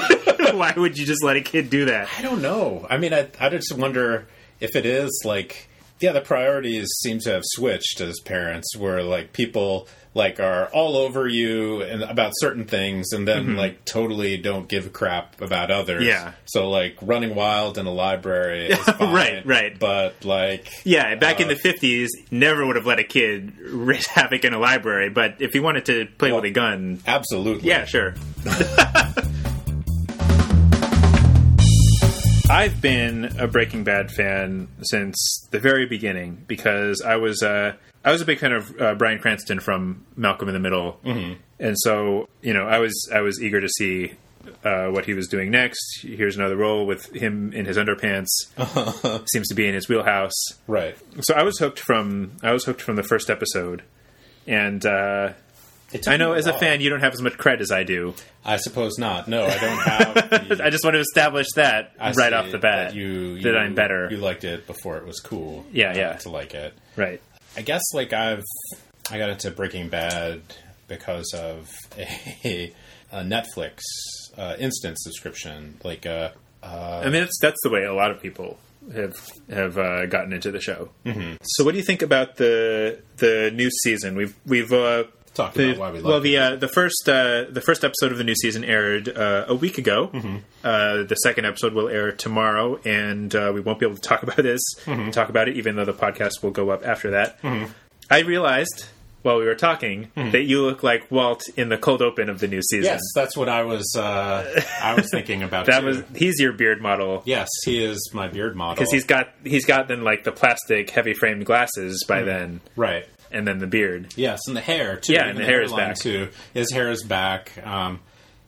[SPEAKER 1] Why would you just let a kid do that?
[SPEAKER 2] I don't know. I mean, I, I just wonder if it is like, yeah, the priorities seem to have switched as parents, where like people like are all over you and about certain things, and then like totally don't give a crap about others.
[SPEAKER 1] Mm-hmm. Yeah.
[SPEAKER 2] So like running wild in a library, is fine,
[SPEAKER 1] Right, right.
[SPEAKER 2] But like,
[SPEAKER 1] Yeah, back in the fifties, never would have let a kid wreak havoc in a library. But if he wanted to play with a gun,
[SPEAKER 2] absolutely.
[SPEAKER 1] Yeah, sure. I've been a Breaking Bad fan since the very beginning because I was uh, I was a big fan of uh, Brian Cranston from Malcolm in the Middle, and so you know I was I was eager to see uh, what he was doing next. Here's another role with him in his underpants. Seems to be in his wheelhouse
[SPEAKER 2] Right.
[SPEAKER 1] so I was hooked from I was hooked from the first episode, and uh,
[SPEAKER 2] took
[SPEAKER 1] I know
[SPEAKER 2] you a
[SPEAKER 1] as a
[SPEAKER 2] while.
[SPEAKER 1] fan you don't have as much cred as I do.
[SPEAKER 2] I suppose not. No, I don't have. the-
[SPEAKER 1] I just want to establish that
[SPEAKER 2] I
[SPEAKER 1] right
[SPEAKER 2] see
[SPEAKER 1] off the bat
[SPEAKER 2] that you,
[SPEAKER 1] that
[SPEAKER 2] you-
[SPEAKER 1] I'm better.
[SPEAKER 2] You liked it before it was cool.
[SPEAKER 1] Yeah, yeah.
[SPEAKER 2] To like it.
[SPEAKER 1] right?
[SPEAKER 2] I guess like I've I got into Breaking Bad because of a, a Netflix uh, instant subscription. Like, uh, uh,
[SPEAKER 1] I mean that's that's the way a lot of people have have uh, gotten into the show. Mm-hmm. So what do you think about the the new season? We've we've uh,
[SPEAKER 2] Talked
[SPEAKER 1] the-
[SPEAKER 2] about why we
[SPEAKER 1] well
[SPEAKER 2] liked
[SPEAKER 1] the uh, the first uh, the first episode of the new season aired uh, a week ago.
[SPEAKER 2] Mm-hmm.
[SPEAKER 1] Uh, the second episode will air tomorrow, and uh, we won't be able to talk about this
[SPEAKER 2] Mm-hmm.
[SPEAKER 1] talk about it, even though the podcast will go up after that. I realized. While we were talking,
[SPEAKER 2] Mm-hmm.
[SPEAKER 1] that you look like Walt in the cold open of the new season.
[SPEAKER 2] yes, that's what I was uh, I was thinking about.
[SPEAKER 1] that
[SPEAKER 2] too.
[SPEAKER 1] was he's your beard model.
[SPEAKER 2] yes, he is my beard model
[SPEAKER 1] because he's got he's got then like the plastic heavy framed glasses
[SPEAKER 2] Mm-hmm.
[SPEAKER 1] by then,
[SPEAKER 2] right.
[SPEAKER 1] and then the beard.
[SPEAKER 2] Yes, and the hair too.
[SPEAKER 1] Yeah,
[SPEAKER 2] Even
[SPEAKER 1] and the
[SPEAKER 2] the
[SPEAKER 1] hair is
[SPEAKER 2] hairline,
[SPEAKER 1] back.
[SPEAKER 2] too. His hair is back. Um,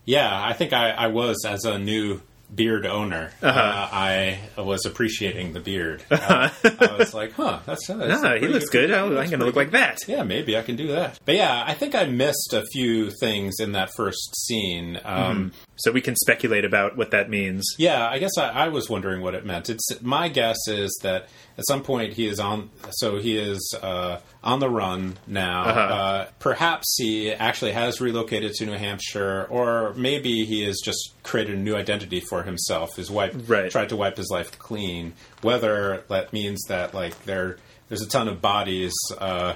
[SPEAKER 2] yeah, I think I, I was as a new beard owner. uh
[SPEAKER 1] Uh-huh.
[SPEAKER 2] I was appreciating the beard. I, I was like, huh, that's, that's
[SPEAKER 1] Ah, Uh-huh. he
[SPEAKER 2] pretty
[SPEAKER 1] looks good. I'm, I'm going to look like that.
[SPEAKER 2] yeah, maybe I can do that. But yeah, I think I missed a few things in that first scene. Um,
[SPEAKER 1] So we can speculate about what that means.
[SPEAKER 2] Yeah, I guess I, I was wondering what it meant. It's my guess is that at some point he is on, so he is uh, on the run now. uh perhaps he actually has relocated to New Hampshire, or maybe he has just created a new identity for himself. His wife
[SPEAKER 1] Right.
[SPEAKER 2] tried to wipe his life clean. Whether that means that like there, there's a ton of bodies. Uh,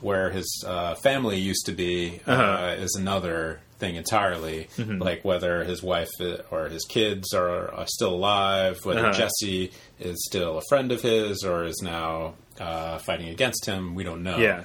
[SPEAKER 2] where his uh, family used to be uh,
[SPEAKER 1] Uh-huh.
[SPEAKER 2] is another thing entirely.
[SPEAKER 1] Mm-hmm.
[SPEAKER 2] Like whether his wife i- or his kids are, are still alive, whether
[SPEAKER 1] Uh-huh.
[SPEAKER 2] Jesse is still a friend of his or is now uh, fighting against him, we don't know.
[SPEAKER 1] Yeah. Um,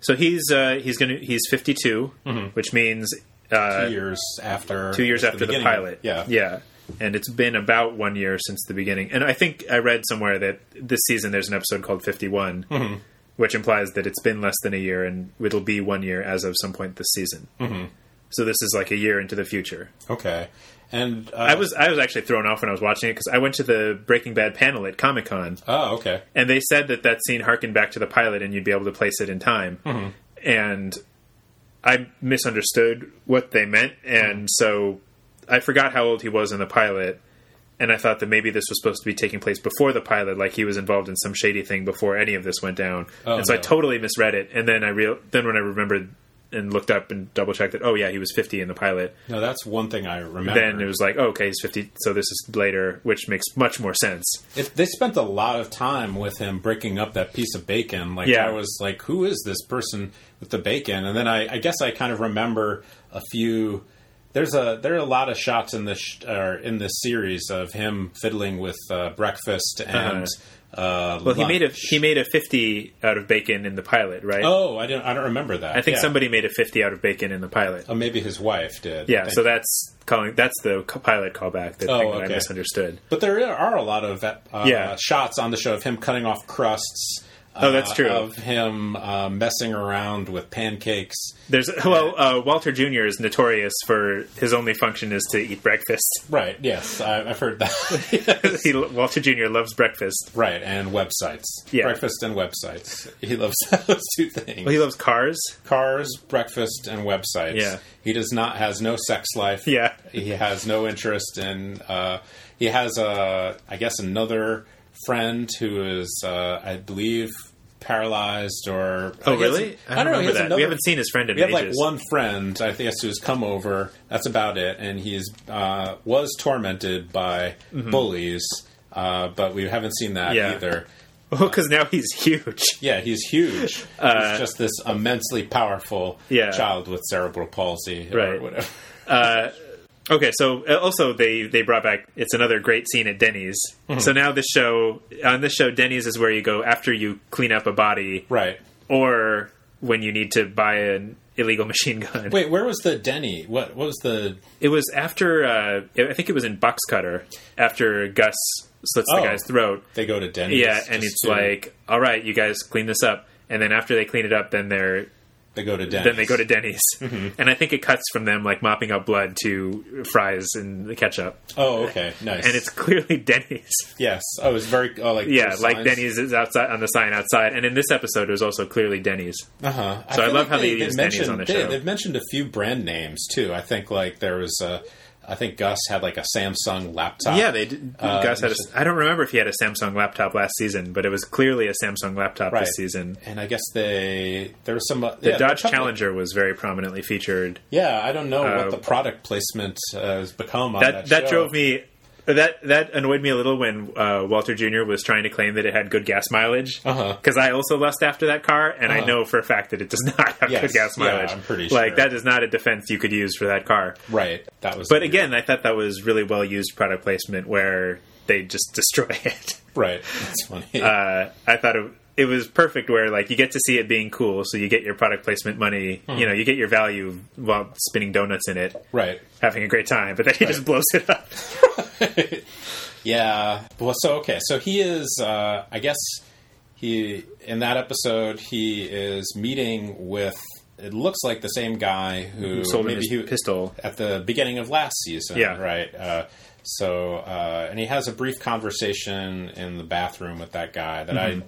[SPEAKER 1] So he's uh, he's going to he's 52,
[SPEAKER 2] Mm-hmm.
[SPEAKER 1] which means uh,
[SPEAKER 2] Two years after
[SPEAKER 1] two years after the,
[SPEAKER 2] beginning of-
[SPEAKER 1] pilot.
[SPEAKER 2] Yeah.
[SPEAKER 1] yeah. And it's been about one year since the beginning. And I think I read somewhere that this season there's an episode called 51,
[SPEAKER 2] Mm-hmm.
[SPEAKER 1] which implies that it's been less than a year and it'll be one year as of some point this season.
[SPEAKER 2] Mm-hmm.
[SPEAKER 1] So this is like a year into the future.
[SPEAKER 2] Okay. And uh,
[SPEAKER 1] I was I was actually thrown off when I was watching it because I went to the Breaking Bad panel at Comic Con
[SPEAKER 2] Oh, okay.
[SPEAKER 1] and they said that that scene harkened back to the pilot and you'd be able to place it in time.
[SPEAKER 2] Mm-hmm.
[SPEAKER 1] And I
[SPEAKER 2] Mm-hmm.
[SPEAKER 1] misunderstood what they meant, and so I forgot how old he was in the pilot. and I thought that maybe this was supposed to be taking place before the pilot, like he was involved in some shady thing before any of this went down.
[SPEAKER 2] Oh,
[SPEAKER 1] and so I
[SPEAKER 2] no.
[SPEAKER 1] totally misread it, and then I real then when I remembered and looked up and double checked that oh yeah he was 50 in the pilot
[SPEAKER 2] No, that's one thing I remember.
[SPEAKER 1] then it was like oh, okay he's 50 so this is later which makes much more sense
[SPEAKER 2] If they spent a lot of time with him breaking up that piece of bacon. Like
[SPEAKER 1] Yeah.
[SPEAKER 2] I was like, who is this person with the bacon? And then I, I guess I kind of remember a few. There's a there are a lot of shots in this sh- or in this series of him fiddling with uh, breakfast and. uh
[SPEAKER 1] Uh-huh. well he made a he made a 50 out of bacon in the pilot right
[SPEAKER 2] Oh, I don't. I don't remember that.
[SPEAKER 1] I think somebody made a 50 out of bacon in the pilot
[SPEAKER 2] Oh, maybe his wife did.
[SPEAKER 1] yeah
[SPEAKER 2] Thank
[SPEAKER 1] so that's calling that's the co- pilot callback the
[SPEAKER 2] Oh,
[SPEAKER 1] thing that I
[SPEAKER 2] okay.
[SPEAKER 1] misunderstood
[SPEAKER 2] But there are a lot of uh,
[SPEAKER 1] Yeah.
[SPEAKER 2] shots on the show of him cutting off crusts.
[SPEAKER 1] Oh, that's
[SPEAKER 2] uh,
[SPEAKER 1] true.
[SPEAKER 2] Of him uh, messing around with pancakes.
[SPEAKER 1] There's well, uh, Walter Jr. is notorious for his only function is to eat breakfast.
[SPEAKER 2] Right. Yes, I, I've heard that.
[SPEAKER 1] he, Walter Jr. loves breakfast.
[SPEAKER 2] right, and websites.
[SPEAKER 1] Yeah.
[SPEAKER 2] Breakfast and websites. He loves those two things.
[SPEAKER 1] Well, he loves cars.
[SPEAKER 2] Cars, breakfast, and websites.
[SPEAKER 1] Yeah.
[SPEAKER 2] He does not has no sex life.
[SPEAKER 1] Yeah.
[SPEAKER 2] He has no interest in. Uh, he has a, I guess, another friend who is, uh, I believe, paralyzed or.
[SPEAKER 1] Oh,
[SPEAKER 2] I guess- Oh, I don't, know. He
[SPEAKER 1] remember
[SPEAKER 2] has
[SPEAKER 1] that.
[SPEAKER 2] another-
[SPEAKER 1] we haven't seen his friend in
[SPEAKER 2] we have like
[SPEAKER 1] ages.
[SPEAKER 2] one friend, I guess, who's come over. That's about it. And he's uh, was tormented by bullies, uh, but we haven't seen that
[SPEAKER 1] Mm-hmm. Yeah.
[SPEAKER 2] either.
[SPEAKER 1] because now he's huge.
[SPEAKER 2] Yeah, he's huge. he's just this immensely powerful
[SPEAKER 1] Uh, Yeah.
[SPEAKER 2] child with cerebral palsy,
[SPEAKER 1] Right.
[SPEAKER 2] Or whatever.
[SPEAKER 1] Okay, so uh, also they they brought back. It's another great scene at Denny's.
[SPEAKER 2] Mm-hmm.
[SPEAKER 1] So now this show on this show, Denny's is where you go after you clean up a body,
[SPEAKER 2] Right.
[SPEAKER 1] or when you need to buy an illegal machine gun.
[SPEAKER 2] Wait, where was the Denny? What, what was the?
[SPEAKER 1] It was after uh, I think it was in Box Cutter after Gus slits the
[SPEAKER 2] Oh.
[SPEAKER 1] guy's throat.
[SPEAKER 2] They go to Denny's.
[SPEAKER 1] Yeah, and
[SPEAKER 2] just
[SPEAKER 1] it's
[SPEAKER 2] to-
[SPEAKER 1] like, all right, you guys clean this up, and then after they clean it up, then they're
[SPEAKER 2] they go to Denny's.
[SPEAKER 1] then they go to Denny's,
[SPEAKER 2] Mm-hmm.
[SPEAKER 1] and I think it cuts from them like mopping up blood to fries and the ketchup,
[SPEAKER 2] Oh, okay, nice.
[SPEAKER 1] and it's clearly Denny's.
[SPEAKER 2] yes. Oh, it's very. Oh, like
[SPEAKER 1] Yeah,
[SPEAKER 2] there's
[SPEAKER 1] like
[SPEAKER 2] signs.
[SPEAKER 1] Denny's is outside on the sign outside, and in this episode, it was also clearly Denny's.
[SPEAKER 2] Uh-huh.
[SPEAKER 1] So I
[SPEAKER 2] feel
[SPEAKER 1] love how they
[SPEAKER 2] they've
[SPEAKER 1] use Denny's on the
[SPEAKER 2] mentioned-
[SPEAKER 1] show.
[SPEAKER 2] They, have mentioned a few brand names too. I think like there was a, I think Gus had like a Samsung laptop.
[SPEAKER 1] Yeah, they did.
[SPEAKER 2] Uh,
[SPEAKER 1] Gus had. A, I don't remember if he had a Samsung laptop last season, but it was clearly a Samsung laptop
[SPEAKER 2] Right.
[SPEAKER 1] this season.
[SPEAKER 2] And I guess they there was some uh,
[SPEAKER 1] The Dodge Challenger was very prominently featured.
[SPEAKER 2] Yeah, I don't know
[SPEAKER 1] Uh,
[SPEAKER 2] what the product placement uh, has become on
[SPEAKER 1] that
[SPEAKER 2] that.
[SPEAKER 1] that
[SPEAKER 2] show.
[SPEAKER 1] drove me that that annoyed me a little when uh, Walter Jr. was trying to claim that it had good gas mileage
[SPEAKER 2] Uh-huh.
[SPEAKER 1] because I also lust after that car and I know for a fact that it does not have
[SPEAKER 2] Yes.
[SPEAKER 1] good gas
[SPEAKER 2] Yeah,
[SPEAKER 1] mileage.
[SPEAKER 2] I'm pretty
[SPEAKER 1] like
[SPEAKER 2] sure.
[SPEAKER 1] that is not a defense you could use for that car.
[SPEAKER 2] Right. That was.
[SPEAKER 1] But again, I thought that was really well used product placement where they just destroy it.
[SPEAKER 2] right. That's funny.
[SPEAKER 1] Uh, I thought it, it was perfect where like you get to see it being cool, so you get your product placement money,
[SPEAKER 2] Hmm.
[SPEAKER 1] you know, you get your value while spinning donuts in it,
[SPEAKER 2] right.
[SPEAKER 1] having a great time, but then he just blows it up.
[SPEAKER 2] Yeah. Well, so okay. So he is. Uh, I guess he in that episode he is meeting with. It looks like the same guy who
[SPEAKER 1] sold him his
[SPEAKER 2] he-
[SPEAKER 1] pistol.
[SPEAKER 2] at the beginning of last season.
[SPEAKER 1] Yeah.
[SPEAKER 2] Right. Uh, so uh, and he has a brief conversation in the bathroom with that guy that I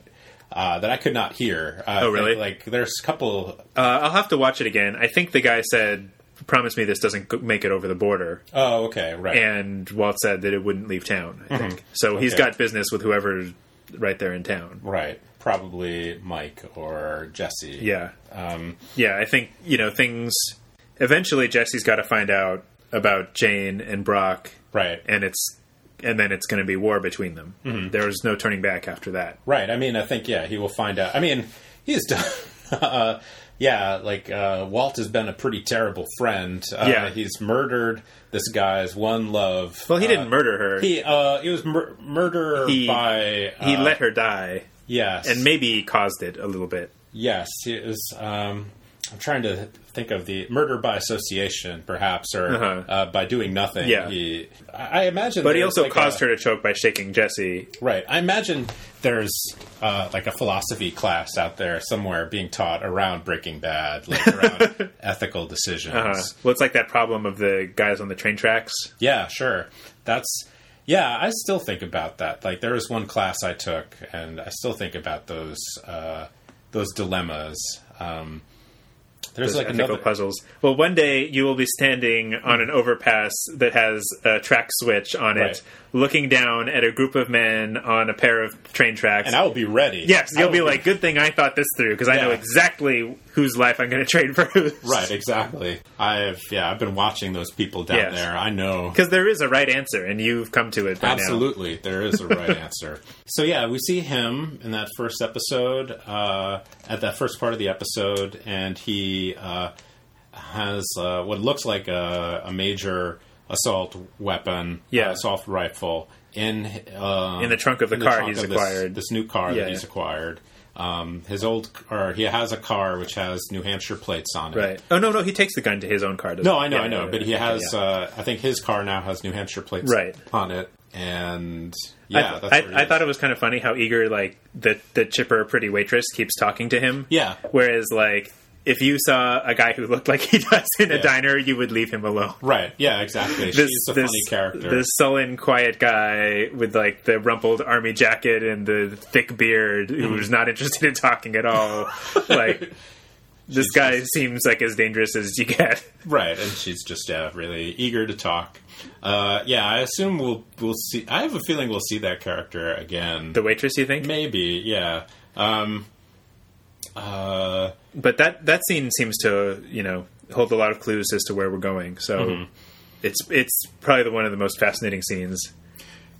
[SPEAKER 2] uh, that I could not hear. Uh,
[SPEAKER 1] Mm-hmm. Oh, really?
[SPEAKER 2] Like there's a couple.
[SPEAKER 1] Uh, I'll have to watch it again. I think the guy said, "Promise me this doesn't go- make it over the border,"
[SPEAKER 2] Oh, okay. Right.
[SPEAKER 1] and Walt said that it wouldn't leave town. I think so. He's
[SPEAKER 2] Mm-hmm. Okay.
[SPEAKER 1] got business with whoever's right there in town.
[SPEAKER 2] right. Probably Mike or Jesse.
[SPEAKER 1] Yeah, yeah. I think you know things. Eventually, Jesse's got to find out about Jane and Brock,
[SPEAKER 2] Right.
[SPEAKER 1] and it's and then it's going to be war between them. There's no turning back after that.
[SPEAKER 2] Right. I mean, I think yeah, he will find out. I mean, he's done. uh, yeah, like uh, Walt has been a pretty terrible friend. Uh,
[SPEAKER 1] Yeah.
[SPEAKER 2] he's murdered this guy's one love.
[SPEAKER 1] Well, he
[SPEAKER 2] Uh,
[SPEAKER 1] didn't murder her. He,
[SPEAKER 2] He uh, he was mur- murder
[SPEAKER 1] He-
[SPEAKER 2] by uh,
[SPEAKER 1] let her die,
[SPEAKER 2] yes
[SPEAKER 1] and maybe caused it a little bit.
[SPEAKER 2] yes he is. Um, I'm trying to think of the murder by association, perhaps, or
[SPEAKER 1] Uh-huh.
[SPEAKER 2] uh by doing nothing.
[SPEAKER 1] Yeah.
[SPEAKER 2] he, I I imagine,
[SPEAKER 1] But he also caused her to choke by shaking Jesse.
[SPEAKER 2] Right. I imagine there's uh, like a philosophy class out there somewhere being taught around Breaking Bad, like around ethical decisions.
[SPEAKER 1] Uh, well, it's like that problem of the guys on the train tracks.
[SPEAKER 2] Yeah, sure. That's yeah. I still think about that. Like there was one class I took, and I still think about those uh, those dilemmas. Um, There's
[SPEAKER 1] those
[SPEAKER 2] like
[SPEAKER 1] ethical
[SPEAKER 2] another
[SPEAKER 1] puzzles. Well, one day you will be standing on an overpass that has a track switch on it,
[SPEAKER 2] Right.
[SPEAKER 1] looking down at a group of men on a pair of train tracks.
[SPEAKER 2] and I will be ready.
[SPEAKER 1] yes,
[SPEAKER 2] I
[SPEAKER 1] you'll
[SPEAKER 2] will
[SPEAKER 1] be like, "Good thing I thought this through because I know
[SPEAKER 2] Yeah.
[SPEAKER 1] exactly whose life I'm going to trade for whose."
[SPEAKER 2] right, exactly. I've yeah, I've been watching those people down
[SPEAKER 1] Yes.
[SPEAKER 2] there. I know
[SPEAKER 1] Because there is a right answer, and you've come to it. By
[SPEAKER 2] Absolutely, there is a right answer. So yeah, we see him in that first episode, uh, at that first part of the episode, and he uh, has uh, what looks like a, a major assault weapon,
[SPEAKER 1] Yeah.
[SPEAKER 2] assault rifle in uh,
[SPEAKER 1] In the trunk of the
[SPEAKER 2] in
[SPEAKER 1] car
[SPEAKER 2] trunk
[SPEAKER 1] he's
[SPEAKER 2] of this-
[SPEAKER 1] acquired.
[SPEAKER 2] this new car
[SPEAKER 1] Yeah,
[SPEAKER 2] that he's
[SPEAKER 1] yeah.
[SPEAKER 2] acquired. Um, his old, or he has a car which has New Hampshire plates on it.
[SPEAKER 1] Now. Right? Oh no, no, he takes the gun to his own car. doesn't
[SPEAKER 2] No,
[SPEAKER 1] he?
[SPEAKER 2] I know,
[SPEAKER 1] Yeah,
[SPEAKER 2] I know,
[SPEAKER 1] yeah,
[SPEAKER 2] but he
[SPEAKER 1] yeah,
[SPEAKER 2] has.
[SPEAKER 1] yeah.
[SPEAKER 2] Uh, I think his car now has New Hampshire plates
[SPEAKER 1] Right.
[SPEAKER 2] on it, and
[SPEAKER 1] I-
[SPEAKER 2] yeah, that's
[SPEAKER 1] I,
[SPEAKER 2] what it
[SPEAKER 1] I
[SPEAKER 2] is.
[SPEAKER 1] thought it was kind of funny how eager like the the chipper pretty waitress keeps talking to him.
[SPEAKER 2] Yeah.
[SPEAKER 1] Whereas like if you saw a guy who looked like he does in a
[SPEAKER 2] Yeah.
[SPEAKER 1] diner, you would leave him alone.
[SPEAKER 2] Right. Yeah. Exactly. She's a funny character.
[SPEAKER 1] This sullen, quiet guy with like the rumpled army jacket and the thick beard,
[SPEAKER 2] Mm-hmm.
[SPEAKER 1] who's not interested in talking at all. like this guy seems like as dangerous as you get.
[SPEAKER 2] Right. And she's just yeah, really eager to talk. Uh, yeah. I assume we'll we'll see. I have a feeling we'll see that character again.
[SPEAKER 1] The waitress, you think?
[SPEAKER 2] Maybe. Yeah. Um, uh,
[SPEAKER 1] But that that scene seems to you know hold a lot of clues as to where we're going. So.
[SPEAKER 2] Mm-hmm.
[SPEAKER 1] It's it's probably the one of the most fascinating scenes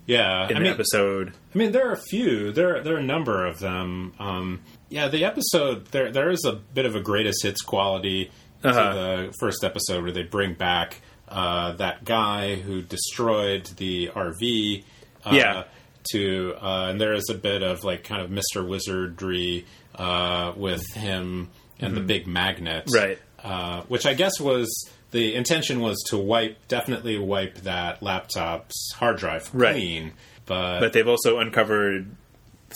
[SPEAKER 2] yeah.
[SPEAKER 1] in the
[SPEAKER 2] I mean,
[SPEAKER 1] episode.
[SPEAKER 2] I mean, there are a few. There, there are a number of them. Um, yeah, the episode there, there is a bit of a greatest hits quality
[SPEAKER 1] Uh-huh.
[SPEAKER 2] to the first episode where they bring back uh, that guy who destroyed the RV. Uh,
[SPEAKER 1] Yeah.
[SPEAKER 2] To uh, and there is a bit of like kind of Mister Wizardry uh, with him and the big magnet,
[SPEAKER 1] Mm-hmm. Right.
[SPEAKER 2] Uh, which I guess was the intention was to wipe, definitely wipe that laptop's hard drive
[SPEAKER 1] Right.
[SPEAKER 2] clean.
[SPEAKER 1] But they've also uncovered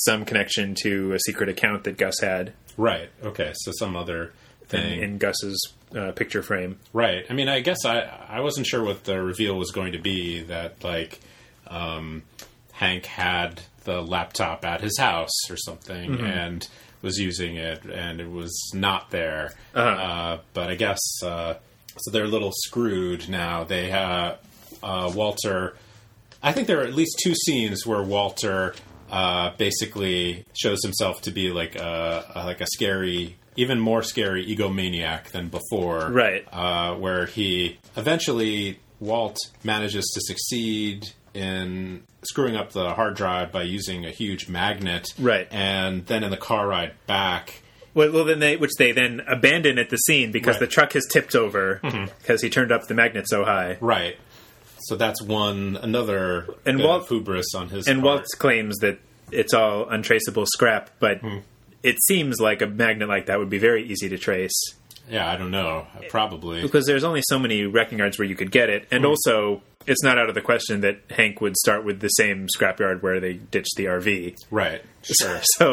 [SPEAKER 1] some connection to a secret account that Gus had
[SPEAKER 2] Right. Okay. So some other thing.
[SPEAKER 1] in Gus's uh, picture frame.
[SPEAKER 2] right. I mean, I guess I I wasn't sure what the reveal was going to be that like um, Hank had the laptop at his house or something and was using it and it was not there. uh but I guess uh, so. They're a little screwed now. They uh, uh, Walter. I think there are at least two scenes where Walter uh, basically shows himself to be like a, a- like a scary, even more scary egomaniac than before.
[SPEAKER 1] Right.
[SPEAKER 2] Uh, where he eventually Walt manages to succeed in screwing up the hard drive by using a huge magnet.
[SPEAKER 1] Right.
[SPEAKER 2] And then in the car ride back,
[SPEAKER 1] Well, well, then they, which they then abandon at the scene because
[SPEAKER 2] Right.
[SPEAKER 1] the truck has tipped over because he turned up the magnet so high.
[SPEAKER 2] right. So that's one another
[SPEAKER 1] And
[SPEAKER 2] bit
[SPEAKER 1] Walt-
[SPEAKER 2] of hubris on his
[SPEAKER 1] And
[SPEAKER 2] part.
[SPEAKER 1] Walt claims that it's all untraceable scrap, but it seems like a magnet like that would be very easy to trace.
[SPEAKER 2] yeah I don't know probably
[SPEAKER 1] because there's only so many wrecking yards where you could get it, and also it's not out of the question that Hank would start with the same scrapyard where they ditched the RV.
[SPEAKER 2] right sure
[SPEAKER 1] So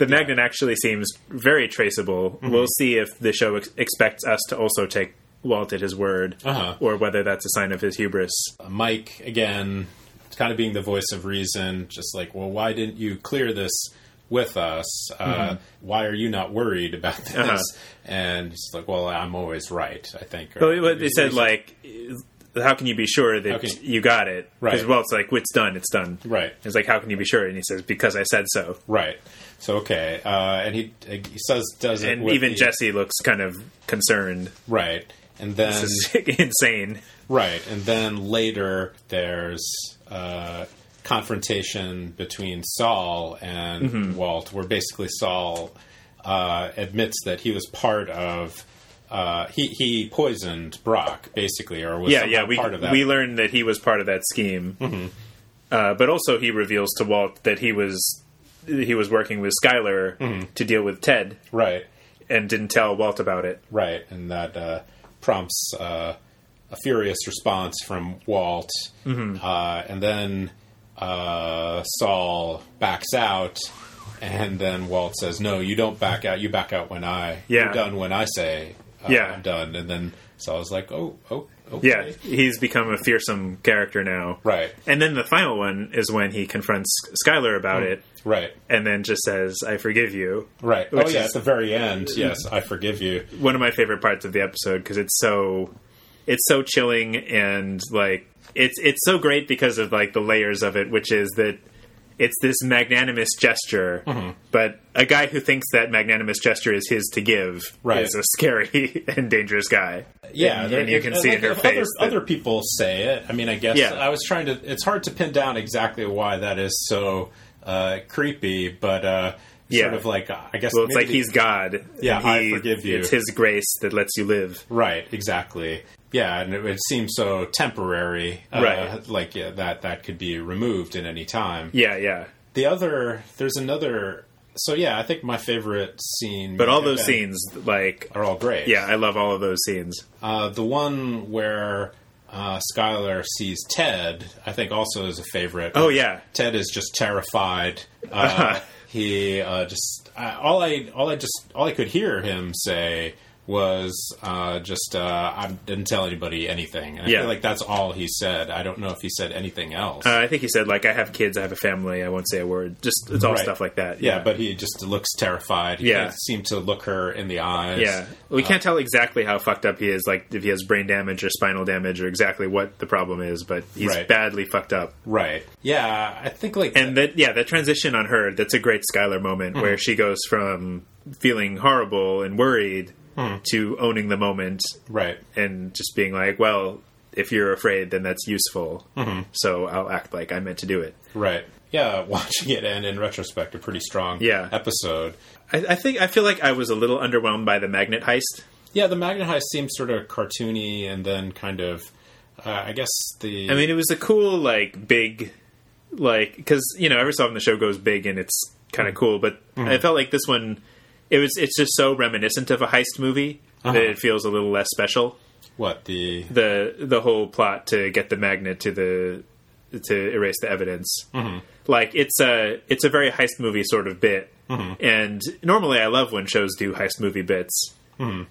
[SPEAKER 1] the magnet actually seems very traceable. We'll see if the show ex- expects us to also take Walt at his word,
[SPEAKER 2] Uh-huh. Uh,
[SPEAKER 1] or whether that's a sign of his hubris.
[SPEAKER 2] Mike again, kind of being the voice of reason, just like, well, why didn't you clear this with us? Uh, Why are you not worried about this?
[SPEAKER 1] Mm-hmm. Uh-huh.
[SPEAKER 2] And it's like, well, I'm always right. I think. or-
[SPEAKER 1] But what they said
[SPEAKER 2] Reason-
[SPEAKER 1] like, how can you be sure that
[SPEAKER 2] can-
[SPEAKER 1] you got it? Because
[SPEAKER 2] Right.
[SPEAKER 1] Walt's like, it's done, it's done.
[SPEAKER 2] Right.
[SPEAKER 1] It's like, how can you be sure? And he says, because I said so.
[SPEAKER 2] right. So okay, uh, and he, he says does it
[SPEAKER 1] And
[SPEAKER 2] with
[SPEAKER 1] even
[SPEAKER 2] the-
[SPEAKER 1] Jesse looks kind of concerned.
[SPEAKER 2] right, and then
[SPEAKER 1] This is insane.
[SPEAKER 2] right, and then later there's. Uh, confrontation between Saul and
[SPEAKER 1] Mm-hmm.
[SPEAKER 2] Walt, where basically Saul uh, admits that he was part of. Uh, he he poisoned Brock basically, or was
[SPEAKER 1] Yeah,
[SPEAKER 2] somehow
[SPEAKER 1] yeah. We
[SPEAKER 2] part of that. Mm-hmm.
[SPEAKER 1] we learned that he was part of that scheme, uh, but also he reveals to Walt that he was he was working with Skyler
[SPEAKER 2] Mm-hmm.
[SPEAKER 1] to deal with Ted
[SPEAKER 2] right,
[SPEAKER 1] and didn't tell Walt about it.
[SPEAKER 2] right, and that uh, prompts uh, a furious response from Walt,
[SPEAKER 1] Mm-hmm.
[SPEAKER 2] uh, and then uh, Saul backs out, and then Walt says, "No, you don't back out. You back out when I.
[SPEAKER 1] Yeah.
[SPEAKER 2] You're done when I say. Uh,
[SPEAKER 1] Yeah.
[SPEAKER 2] I'm done." And then Saul's like, "Oh, oh, Okay.
[SPEAKER 1] Yeah, he's become a fearsome character now.
[SPEAKER 2] Right.
[SPEAKER 1] And then the final one is when he confronts Skylar about
[SPEAKER 2] Mm-hmm.
[SPEAKER 1] it
[SPEAKER 2] Right.
[SPEAKER 1] and then just says, I forgive you.
[SPEAKER 2] Right. oh,
[SPEAKER 1] Which
[SPEAKER 2] yeah,
[SPEAKER 1] is-
[SPEAKER 2] at the very end. Yes, I forgive you.
[SPEAKER 1] One of my favorite parts of the episode because it's so it's so chilling and like it's it's so great because of like the layers of it, which is that it's this magnanimous gesture,
[SPEAKER 2] Mm-hmm.
[SPEAKER 1] but a guy who thinks that magnanimous gesture is his to give
[SPEAKER 2] Right.
[SPEAKER 1] is a scary and dangerous guy.
[SPEAKER 2] Yeah,
[SPEAKER 1] and,
[SPEAKER 2] there-
[SPEAKER 1] and you can
[SPEAKER 2] and,
[SPEAKER 1] see
[SPEAKER 2] like,
[SPEAKER 1] in her
[SPEAKER 2] if
[SPEAKER 1] face that-
[SPEAKER 2] Other, other people say it. I mean, I guess
[SPEAKER 1] Yeah.
[SPEAKER 2] I was trying to. It's hard to pin down exactly why that is so uh, creepy, but uh,
[SPEAKER 1] Yeah.
[SPEAKER 2] sort of like I guess
[SPEAKER 1] Well, it's
[SPEAKER 2] maybe
[SPEAKER 1] like he's God.
[SPEAKER 2] Yeah,
[SPEAKER 1] and he-
[SPEAKER 2] I forgive you.
[SPEAKER 1] It's His grace that lets you live.
[SPEAKER 2] right, exactly. Yeah, and it, it seems so temporary. Uh,
[SPEAKER 1] Right.
[SPEAKER 2] like yeah, that that could be removed at any time.
[SPEAKER 1] Yeah, yeah.
[SPEAKER 2] The other, there's another. So yeah, I think my favorite scene,
[SPEAKER 1] But all
[SPEAKER 2] may have
[SPEAKER 1] those
[SPEAKER 2] been-
[SPEAKER 1] scenes, like,
[SPEAKER 2] are all great.
[SPEAKER 1] yeah, I love all of those scenes.
[SPEAKER 2] Uh, the one where uh, Skylar sees Ted, I think, also is a favorite.
[SPEAKER 1] Oh yeah,
[SPEAKER 2] Ted is just terrified. Uh, he uh, just I, all I all I just all I could hear him say was uh, just uh, I didn't tell anybody anything. And I
[SPEAKER 1] Yeah.
[SPEAKER 2] feel like that's all he said. I don't know if he said anything else.
[SPEAKER 1] uh, I think he said like, I have kids, I have a family, I won't say a word. Just it's all
[SPEAKER 2] Right.
[SPEAKER 1] stuff like that.
[SPEAKER 2] yeah, but he just looks terrified. He
[SPEAKER 1] Yeah.
[SPEAKER 2] can't seem to look her in the eyes.
[SPEAKER 1] yeah,
[SPEAKER 2] uh,
[SPEAKER 1] we can't tell exactly how fucked up he is. Like if he has brain damage or spinal damage or exactly what the problem is, but he's
[SPEAKER 2] Right.
[SPEAKER 1] badly fucked up.
[SPEAKER 2] Right. Yeah, Mm-hmm. I think like
[SPEAKER 1] And that yeah, that transition on her, that's a great Skylar moment where she goes from feeling horrible and worried
[SPEAKER 2] Hmm.
[SPEAKER 1] to owning the moment
[SPEAKER 2] right.
[SPEAKER 1] and just being like, well, if you're afraid, then that's useful.
[SPEAKER 2] Mm-hmm.
[SPEAKER 1] So I'll act like I meant to do it.
[SPEAKER 2] Right. Yeah, watching it and in retrospect, a pretty strong
[SPEAKER 1] Yeah.
[SPEAKER 2] episode.
[SPEAKER 1] I, I think I feel like I was a little underwhelmed by the magnet heist.
[SPEAKER 2] Yeah, the Magnet Heist seems sort of cartoony and then kind of, uh, I guess the
[SPEAKER 1] I mean, it was a cool like big, like because you know every so often the show goes big and it's kind of cool, but I felt like this one, it was it's just so reminiscent of a heist movie that it feels a little less special.
[SPEAKER 2] what the
[SPEAKER 1] the the whole plot to get the magnet to the to erase the evidence. Like it's a it's a very heist movie sort of bit, and normally I love when shows do heist movie bits.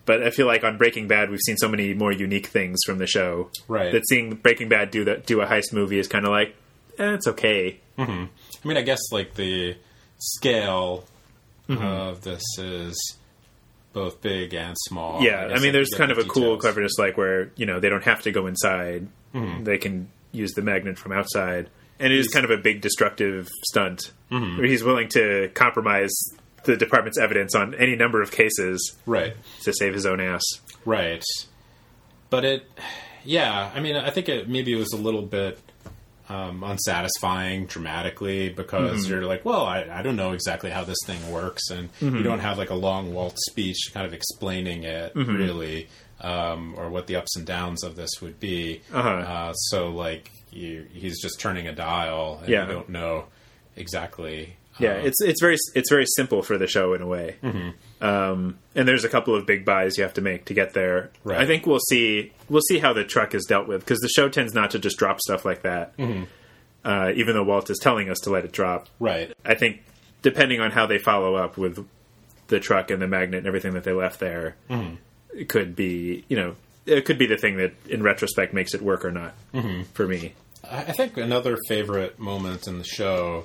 [SPEAKER 1] But I feel like on Breaking Bad we've seen so many more unique things from the show.
[SPEAKER 2] Right.
[SPEAKER 1] That seeing Breaking Bad do that do a heist movie is kind of like eh, it's okay.
[SPEAKER 2] I mean, I guess like the scale
[SPEAKER 1] Mm-hmm.
[SPEAKER 2] of this is both big and small.
[SPEAKER 1] Yeah. I,
[SPEAKER 2] guess
[SPEAKER 1] mean,
[SPEAKER 2] could
[SPEAKER 1] there's
[SPEAKER 2] get
[SPEAKER 1] kind of
[SPEAKER 2] the
[SPEAKER 1] a cool
[SPEAKER 2] details.
[SPEAKER 1] cleverness like where you know they don't have to go inside; they can use the magnet from outside, and it is kind of a big destructive stunt where he's willing to compromise the department's evidence on any number of cases
[SPEAKER 2] right,
[SPEAKER 1] to save his own ass.
[SPEAKER 2] right. But it, yeah, I mean, I think it maybe it was a little bit um, unsatisfying dramatically because
[SPEAKER 1] Mm-hmm.
[SPEAKER 2] you're like, well, I, I don't know exactly how this thing works, and
[SPEAKER 1] Mm-hmm.
[SPEAKER 2] you don't have like a long waltz speech kind of explaining it
[SPEAKER 1] Mm-hmm.
[SPEAKER 2] really, um, or what the ups and downs of this would be.
[SPEAKER 1] Uh-huh.
[SPEAKER 2] Uh, so like, you, he's just turning a dial, and
[SPEAKER 1] Yeah.
[SPEAKER 2] you don't know exactly.
[SPEAKER 1] Yeah,
[SPEAKER 2] uh,
[SPEAKER 1] it's it's very it's very simple for the show in a way. Um, and there's a couple of big buys you have to make to get there.
[SPEAKER 2] Right.
[SPEAKER 1] I think we'll see we'll see how the truck is dealt with because the show tends not to just drop stuff like that. Uh, even though Walt is telling us to let it drop,
[SPEAKER 2] right.
[SPEAKER 1] I think depending on how they follow up with the truck and the magnet and everything that they left there, it could be you know it could be the thing that in retrospect makes it work or not for me.
[SPEAKER 2] I I think another favorite moment in the show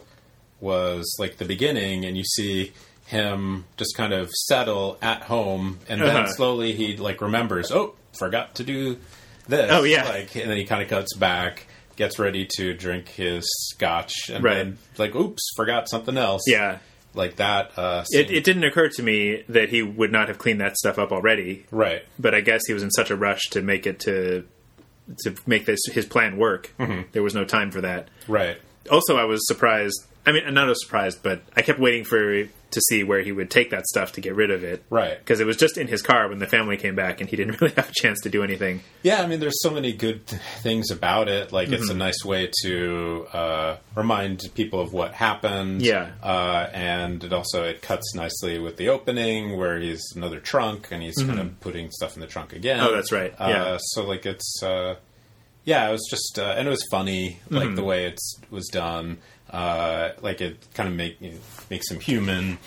[SPEAKER 2] was like the beginning, and you see him just kind of settle at home, and then
[SPEAKER 1] Uh-huh.
[SPEAKER 2] slowly he like remembers, oh, forgot to do this.
[SPEAKER 1] Oh, yeah.
[SPEAKER 2] like, and then he kind of cuts back, gets ready to drink his scotch, and
[SPEAKER 1] Right.
[SPEAKER 2] then like, oops, forgot something else.
[SPEAKER 1] Yeah.
[SPEAKER 2] like that. Uh,
[SPEAKER 1] It,
[SPEAKER 2] scene.
[SPEAKER 1] it didn't occur to me that he would not have cleaned that stuff up already,
[SPEAKER 2] right,
[SPEAKER 1] but I guess he was in such a rush to make it to to make this his plan work. There was no time for that.
[SPEAKER 2] right,
[SPEAKER 1] Also, I was surprised. I mean, not as surprised, but I kept waiting for to see where he would take that stuff to get rid of it.
[SPEAKER 2] right.
[SPEAKER 1] because it was just in his car when the family came back, and he didn't really have a chance to do anything.
[SPEAKER 2] Yeah, I mean, there's so many good th- things about it. Like, it's a
[SPEAKER 1] Mm-hmm.
[SPEAKER 2] nice way to uh, remind people of what happened.
[SPEAKER 1] Yeah.
[SPEAKER 2] uh, and it also it cuts nicely with the opening where he's another trunk and he's kind of putting stuff in the trunk again.
[SPEAKER 1] Mm-hmm. Oh, that's right.
[SPEAKER 2] Uh,
[SPEAKER 1] Yeah.
[SPEAKER 2] so like it's uh, yeah, it was just uh, and it was funny like
[SPEAKER 1] Mm-hmm.
[SPEAKER 2] the way it was done. Uh, like it kind of make you know, makes him human.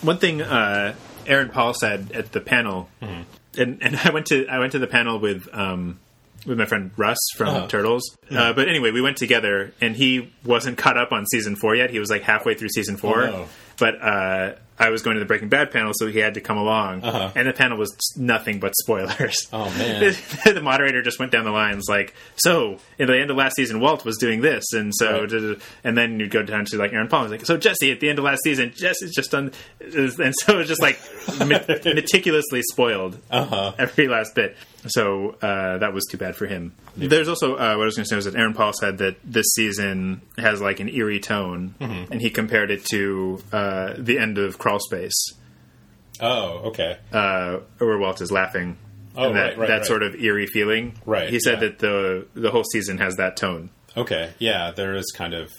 [SPEAKER 1] One thing uh, Aaron Paul said at the panel
[SPEAKER 2] Mm-hmm.
[SPEAKER 1] and and I went to I went to the panel with um with my friend Russ from
[SPEAKER 2] Uh-huh.
[SPEAKER 1] Turtles. Uh, but anyway, we went together, and he wasn't caught up on season four yet. He was like halfway through season four.
[SPEAKER 2] Oh, no.
[SPEAKER 1] But uh, I was going to the Breaking Bad panel, so he had to come along.
[SPEAKER 2] Uh-huh.
[SPEAKER 1] And the panel was nothing but spoilers.
[SPEAKER 2] Oh, man.
[SPEAKER 1] the moderator just went down the lines like, "So, in the end of last season, Walt was doing this, and so,
[SPEAKER 2] Right.
[SPEAKER 1] da- da- da." and then you'd go down to like Aaron Paul, he's like, so Jesse at the end of last season, Jesse's just done, and so it was just like met- meticulously spoiled
[SPEAKER 2] Uh-huh.
[SPEAKER 1] every last bit. So uh, that was too bad for him. There's also uh, what I was going to say was that Aaron Paul said that this season has like an eerie tone, and he compared it to uh, the end of Crawl Space
[SPEAKER 2] Oh, okay.
[SPEAKER 1] uh, where Walt is laughing.
[SPEAKER 2] Oh,
[SPEAKER 1] and that,
[SPEAKER 2] right, right,
[SPEAKER 1] that
[SPEAKER 2] right.
[SPEAKER 1] sort of eerie feeling.
[SPEAKER 2] Right,
[SPEAKER 1] He said
[SPEAKER 2] yeah.
[SPEAKER 1] that the the whole season has that tone.
[SPEAKER 2] Okay, yeah, there is kind of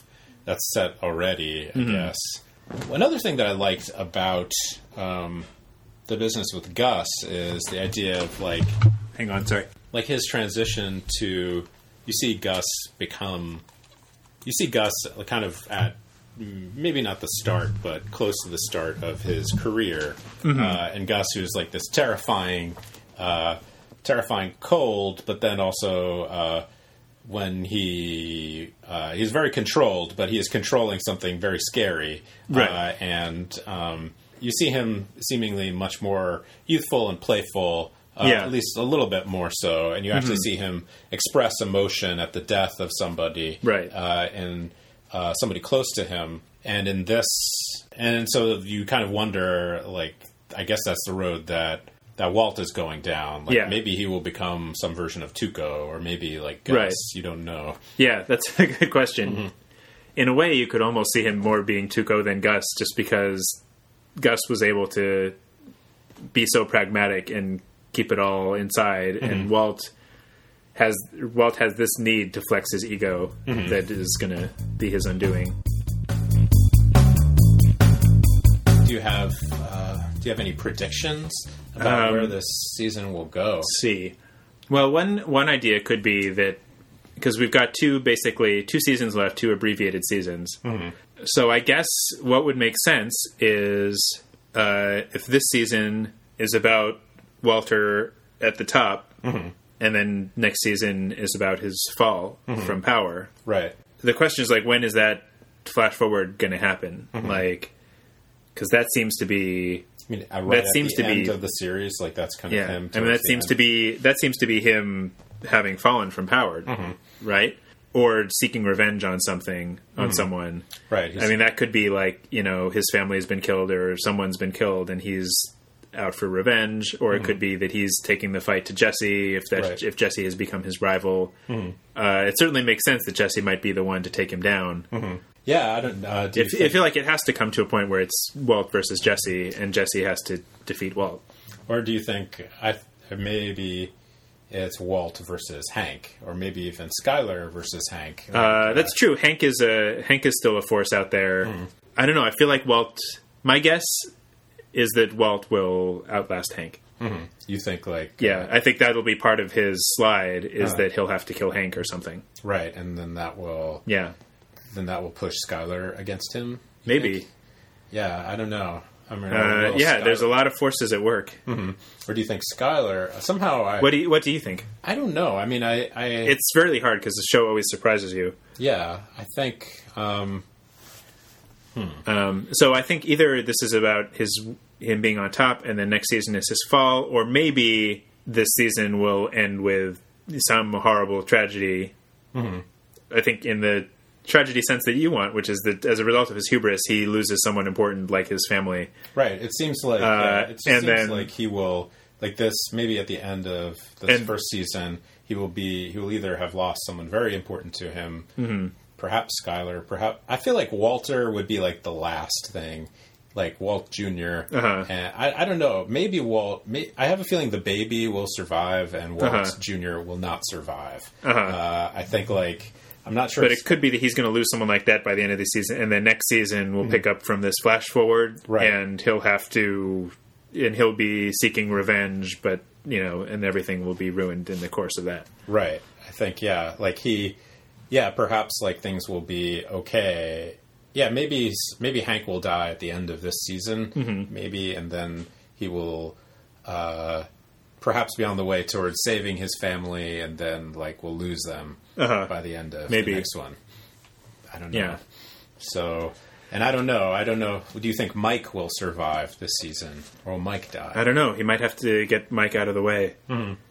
[SPEAKER 2] that's set already, I guess. Another thing that I liked about um, the business with Gus is the idea of like
[SPEAKER 1] Hang on, sorry.
[SPEAKER 2] like his transition to you see Gus become you see Gus kind of at mm, maybe not the start but close to the start of his career uh, and Gus who's like this terrifying uh, terrifying cold but then also uh, when he uh, he's very controlled but he is controlling something very scary
[SPEAKER 1] Right.
[SPEAKER 2] uh, and um, you see him seemingly much more youthful and playful uh,
[SPEAKER 1] Yeah. Mm-hmm.
[SPEAKER 2] at least least a little bit more so, and you actually see him express emotion at the death of somebody,
[SPEAKER 1] Right.
[SPEAKER 2] Uh, and uh, somebody close to him, and in this, and so you kind of wonder, like, I guess that's the road that that Walt is going down. Like,
[SPEAKER 1] Yeah.
[SPEAKER 2] maybe he will become some version of Tuco, or maybe like Gus.
[SPEAKER 1] Right.
[SPEAKER 2] You don't know.
[SPEAKER 1] Yeah, that's a good question.
[SPEAKER 2] Mm-hmm.
[SPEAKER 1] In a way, you could almost see him more being Tuco than Gus, just because Gus was able to be so pragmatic and keep it all inside,
[SPEAKER 2] Mm-hmm.
[SPEAKER 1] and Walt has Walt has this need to flex his ego
[SPEAKER 2] Mm-hmm.
[SPEAKER 1] that is going to be his undoing.
[SPEAKER 2] Do you have uh, Do you have any predictions about
[SPEAKER 1] Um,
[SPEAKER 2] where this season will go?
[SPEAKER 1] see. Well, one one idea could be that because we've got two basically two seasons left, two abbreviated seasons. So I guess what would make sense is uh, if this season is about Walter at the top, and then next season is about his fall from power
[SPEAKER 2] Right.
[SPEAKER 1] the question is like when is that flash forward going to happen Like 'cause like because that seems to be
[SPEAKER 2] I mean, uh, right
[SPEAKER 1] That
[SPEAKER 2] at
[SPEAKER 1] seems
[SPEAKER 2] the
[SPEAKER 1] to be-
[SPEAKER 2] end of the series, like that's kind of
[SPEAKER 1] yeah
[SPEAKER 2] him.
[SPEAKER 1] i mean
[SPEAKER 2] towards
[SPEAKER 1] that
[SPEAKER 2] the
[SPEAKER 1] seems
[SPEAKER 2] end.
[SPEAKER 1] to be that seems to be him having fallen from power
[SPEAKER 2] Mm-hmm.
[SPEAKER 1] right or seeking revenge on something on someone
[SPEAKER 2] Right. he's-
[SPEAKER 1] i mean that could be like you know his family has been killed or someone's been killed and he's out for revenge or it could be that he's taking the fight to jesse if that
[SPEAKER 2] Mm-hmm. Right. Mm-hmm.
[SPEAKER 1] if jesse has become his rival uh, it certainly makes sense that jesse might be the one to take him down
[SPEAKER 2] Mm-hmm. yeah, I don't. Uh, do you
[SPEAKER 1] If,
[SPEAKER 2] think-
[SPEAKER 1] I feel like it has to come to a point where it's Walt versus Jesse, and Jesse has to defeat Walt.
[SPEAKER 2] or do you think I maybe it's Walt versus Hank, or maybe even Skyler versus Hank?
[SPEAKER 1] Uh, that's true. Hank is a Hank is still a force out there. I don't know. I feel like Walt. My guess is that Walt will outlast Hank.
[SPEAKER 2] you think like
[SPEAKER 1] Yeah, I think that'll be part of his slide is
[SPEAKER 2] Uh.
[SPEAKER 1] that he'll have to kill Hank or something.
[SPEAKER 2] right, and then that will
[SPEAKER 1] Yeah,
[SPEAKER 2] then that will push Skyler against him. you
[SPEAKER 1] maybe.
[SPEAKER 2] think? Yeah, I don't know. I mean,
[SPEAKER 1] Uh,
[SPEAKER 2] will
[SPEAKER 1] yeah,
[SPEAKER 2] Skyler-
[SPEAKER 1] there's a lot of forces at work.
[SPEAKER 2] Or do you think Skyler somehow? I
[SPEAKER 1] What do you What do you think?
[SPEAKER 2] I don't know. I mean, I, I
[SPEAKER 1] It's really hard because the show always surprises you.
[SPEAKER 2] yeah, I think um,
[SPEAKER 1] Um, so I think either this is about his him being on top, and then next season is his fall, or maybe this season will end with some horrible tragedy. I think in the tragedy sense that you want, which is that as a result of his hubris, he loses someone important like his family.
[SPEAKER 2] Right. It seems like yeah, it just
[SPEAKER 1] Uh, and
[SPEAKER 2] seems
[SPEAKER 1] then-
[SPEAKER 2] like he will like this maybe at the end of this
[SPEAKER 1] And-
[SPEAKER 2] first season he will be he will either have lost someone very important to him,
[SPEAKER 1] Mm-hmm.
[SPEAKER 2] perhaps Skyler, perhaps I feel like Walter would be like the last thing. Like Walt junior
[SPEAKER 1] Uh-huh.
[SPEAKER 2] and I, I don't know. Maybe Walt. May, I have a feeling the baby will survive, and Walt
[SPEAKER 1] Uh-huh.
[SPEAKER 2] Junior will not survive. Uh, I think like I'm not sure.
[SPEAKER 1] But
[SPEAKER 2] if-
[SPEAKER 1] it could be that he's going to lose someone like that by the end of the season, and then next season we'll pick up from this flash forward,
[SPEAKER 2] Right.
[SPEAKER 1] and he'll have to, and he'll be seeking revenge, but you know, and everything will be ruined in the course of that.
[SPEAKER 2] Right. I think yeah, like he yeah, perhaps like things will be okay. Yeah, maybe maybe Hank will die
[SPEAKER 1] Mm-hmm.
[SPEAKER 2] at the end of this season, maybe and then he will uh perhaps be on the way towards saving his family, and then like we'll lose them
[SPEAKER 1] Uh-huh.
[SPEAKER 2] by the end of
[SPEAKER 1] Maybe.
[SPEAKER 2] the next one. I don't know.
[SPEAKER 1] Yeah.
[SPEAKER 2] So, and I don't know. I don't know. Do you think Mike will survive this season, or will Mike die?
[SPEAKER 1] I don't know. He might have to get Mike out of the way.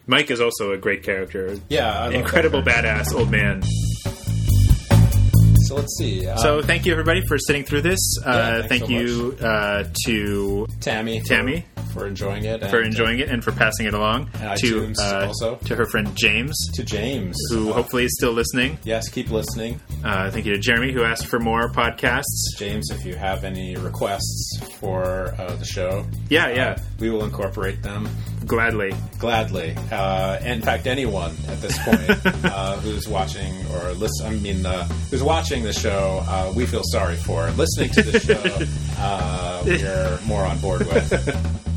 [SPEAKER 1] Mike is also a great character.
[SPEAKER 2] Hmm. yeah, I love that
[SPEAKER 1] Incredible badass old man.
[SPEAKER 2] character. So let's see. Uh,
[SPEAKER 1] So thank you everybody for sitting through this. uh,
[SPEAKER 2] thanks
[SPEAKER 1] thank
[SPEAKER 2] so
[SPEAKER 1] you uh, to
[SPEAKER 2] Tammy, for-
[SPEAKER 1] Tammy
[SPEAKER 2] for enjoying it, and uh,
[SPEAKER 1] for enjoying it and for passing it along
[SPEAKER 2] And
[SPEAKER 1] to uh,
[SPEAKER 2] iTunes also. Uh-huh.
[SPEAKER 1] to her friend James,
[SPEAKER 2] to James.
[SPEAKER 1] who hopefully is still listening.
[SPEAKER 2] Yes, keep listening,
[SPEAKER 1] Uh, thank you to Jeremy who asked for more podcasts.
[SPEAKER 2] James. If you have any requests for uh, the show,
[SPEAKER 1] Yeah, yeah,
[SPEAKER 2] we will incorporate them.
[SPEAKER 1] gladly.
[SPEAKER 2] Gladly. Uh, in fact, anyone at this point uh, who's watching or listen, I mean, uh, who's watching the show, uh, we feel sorry for. Listening to the show, uh, we're more on board with.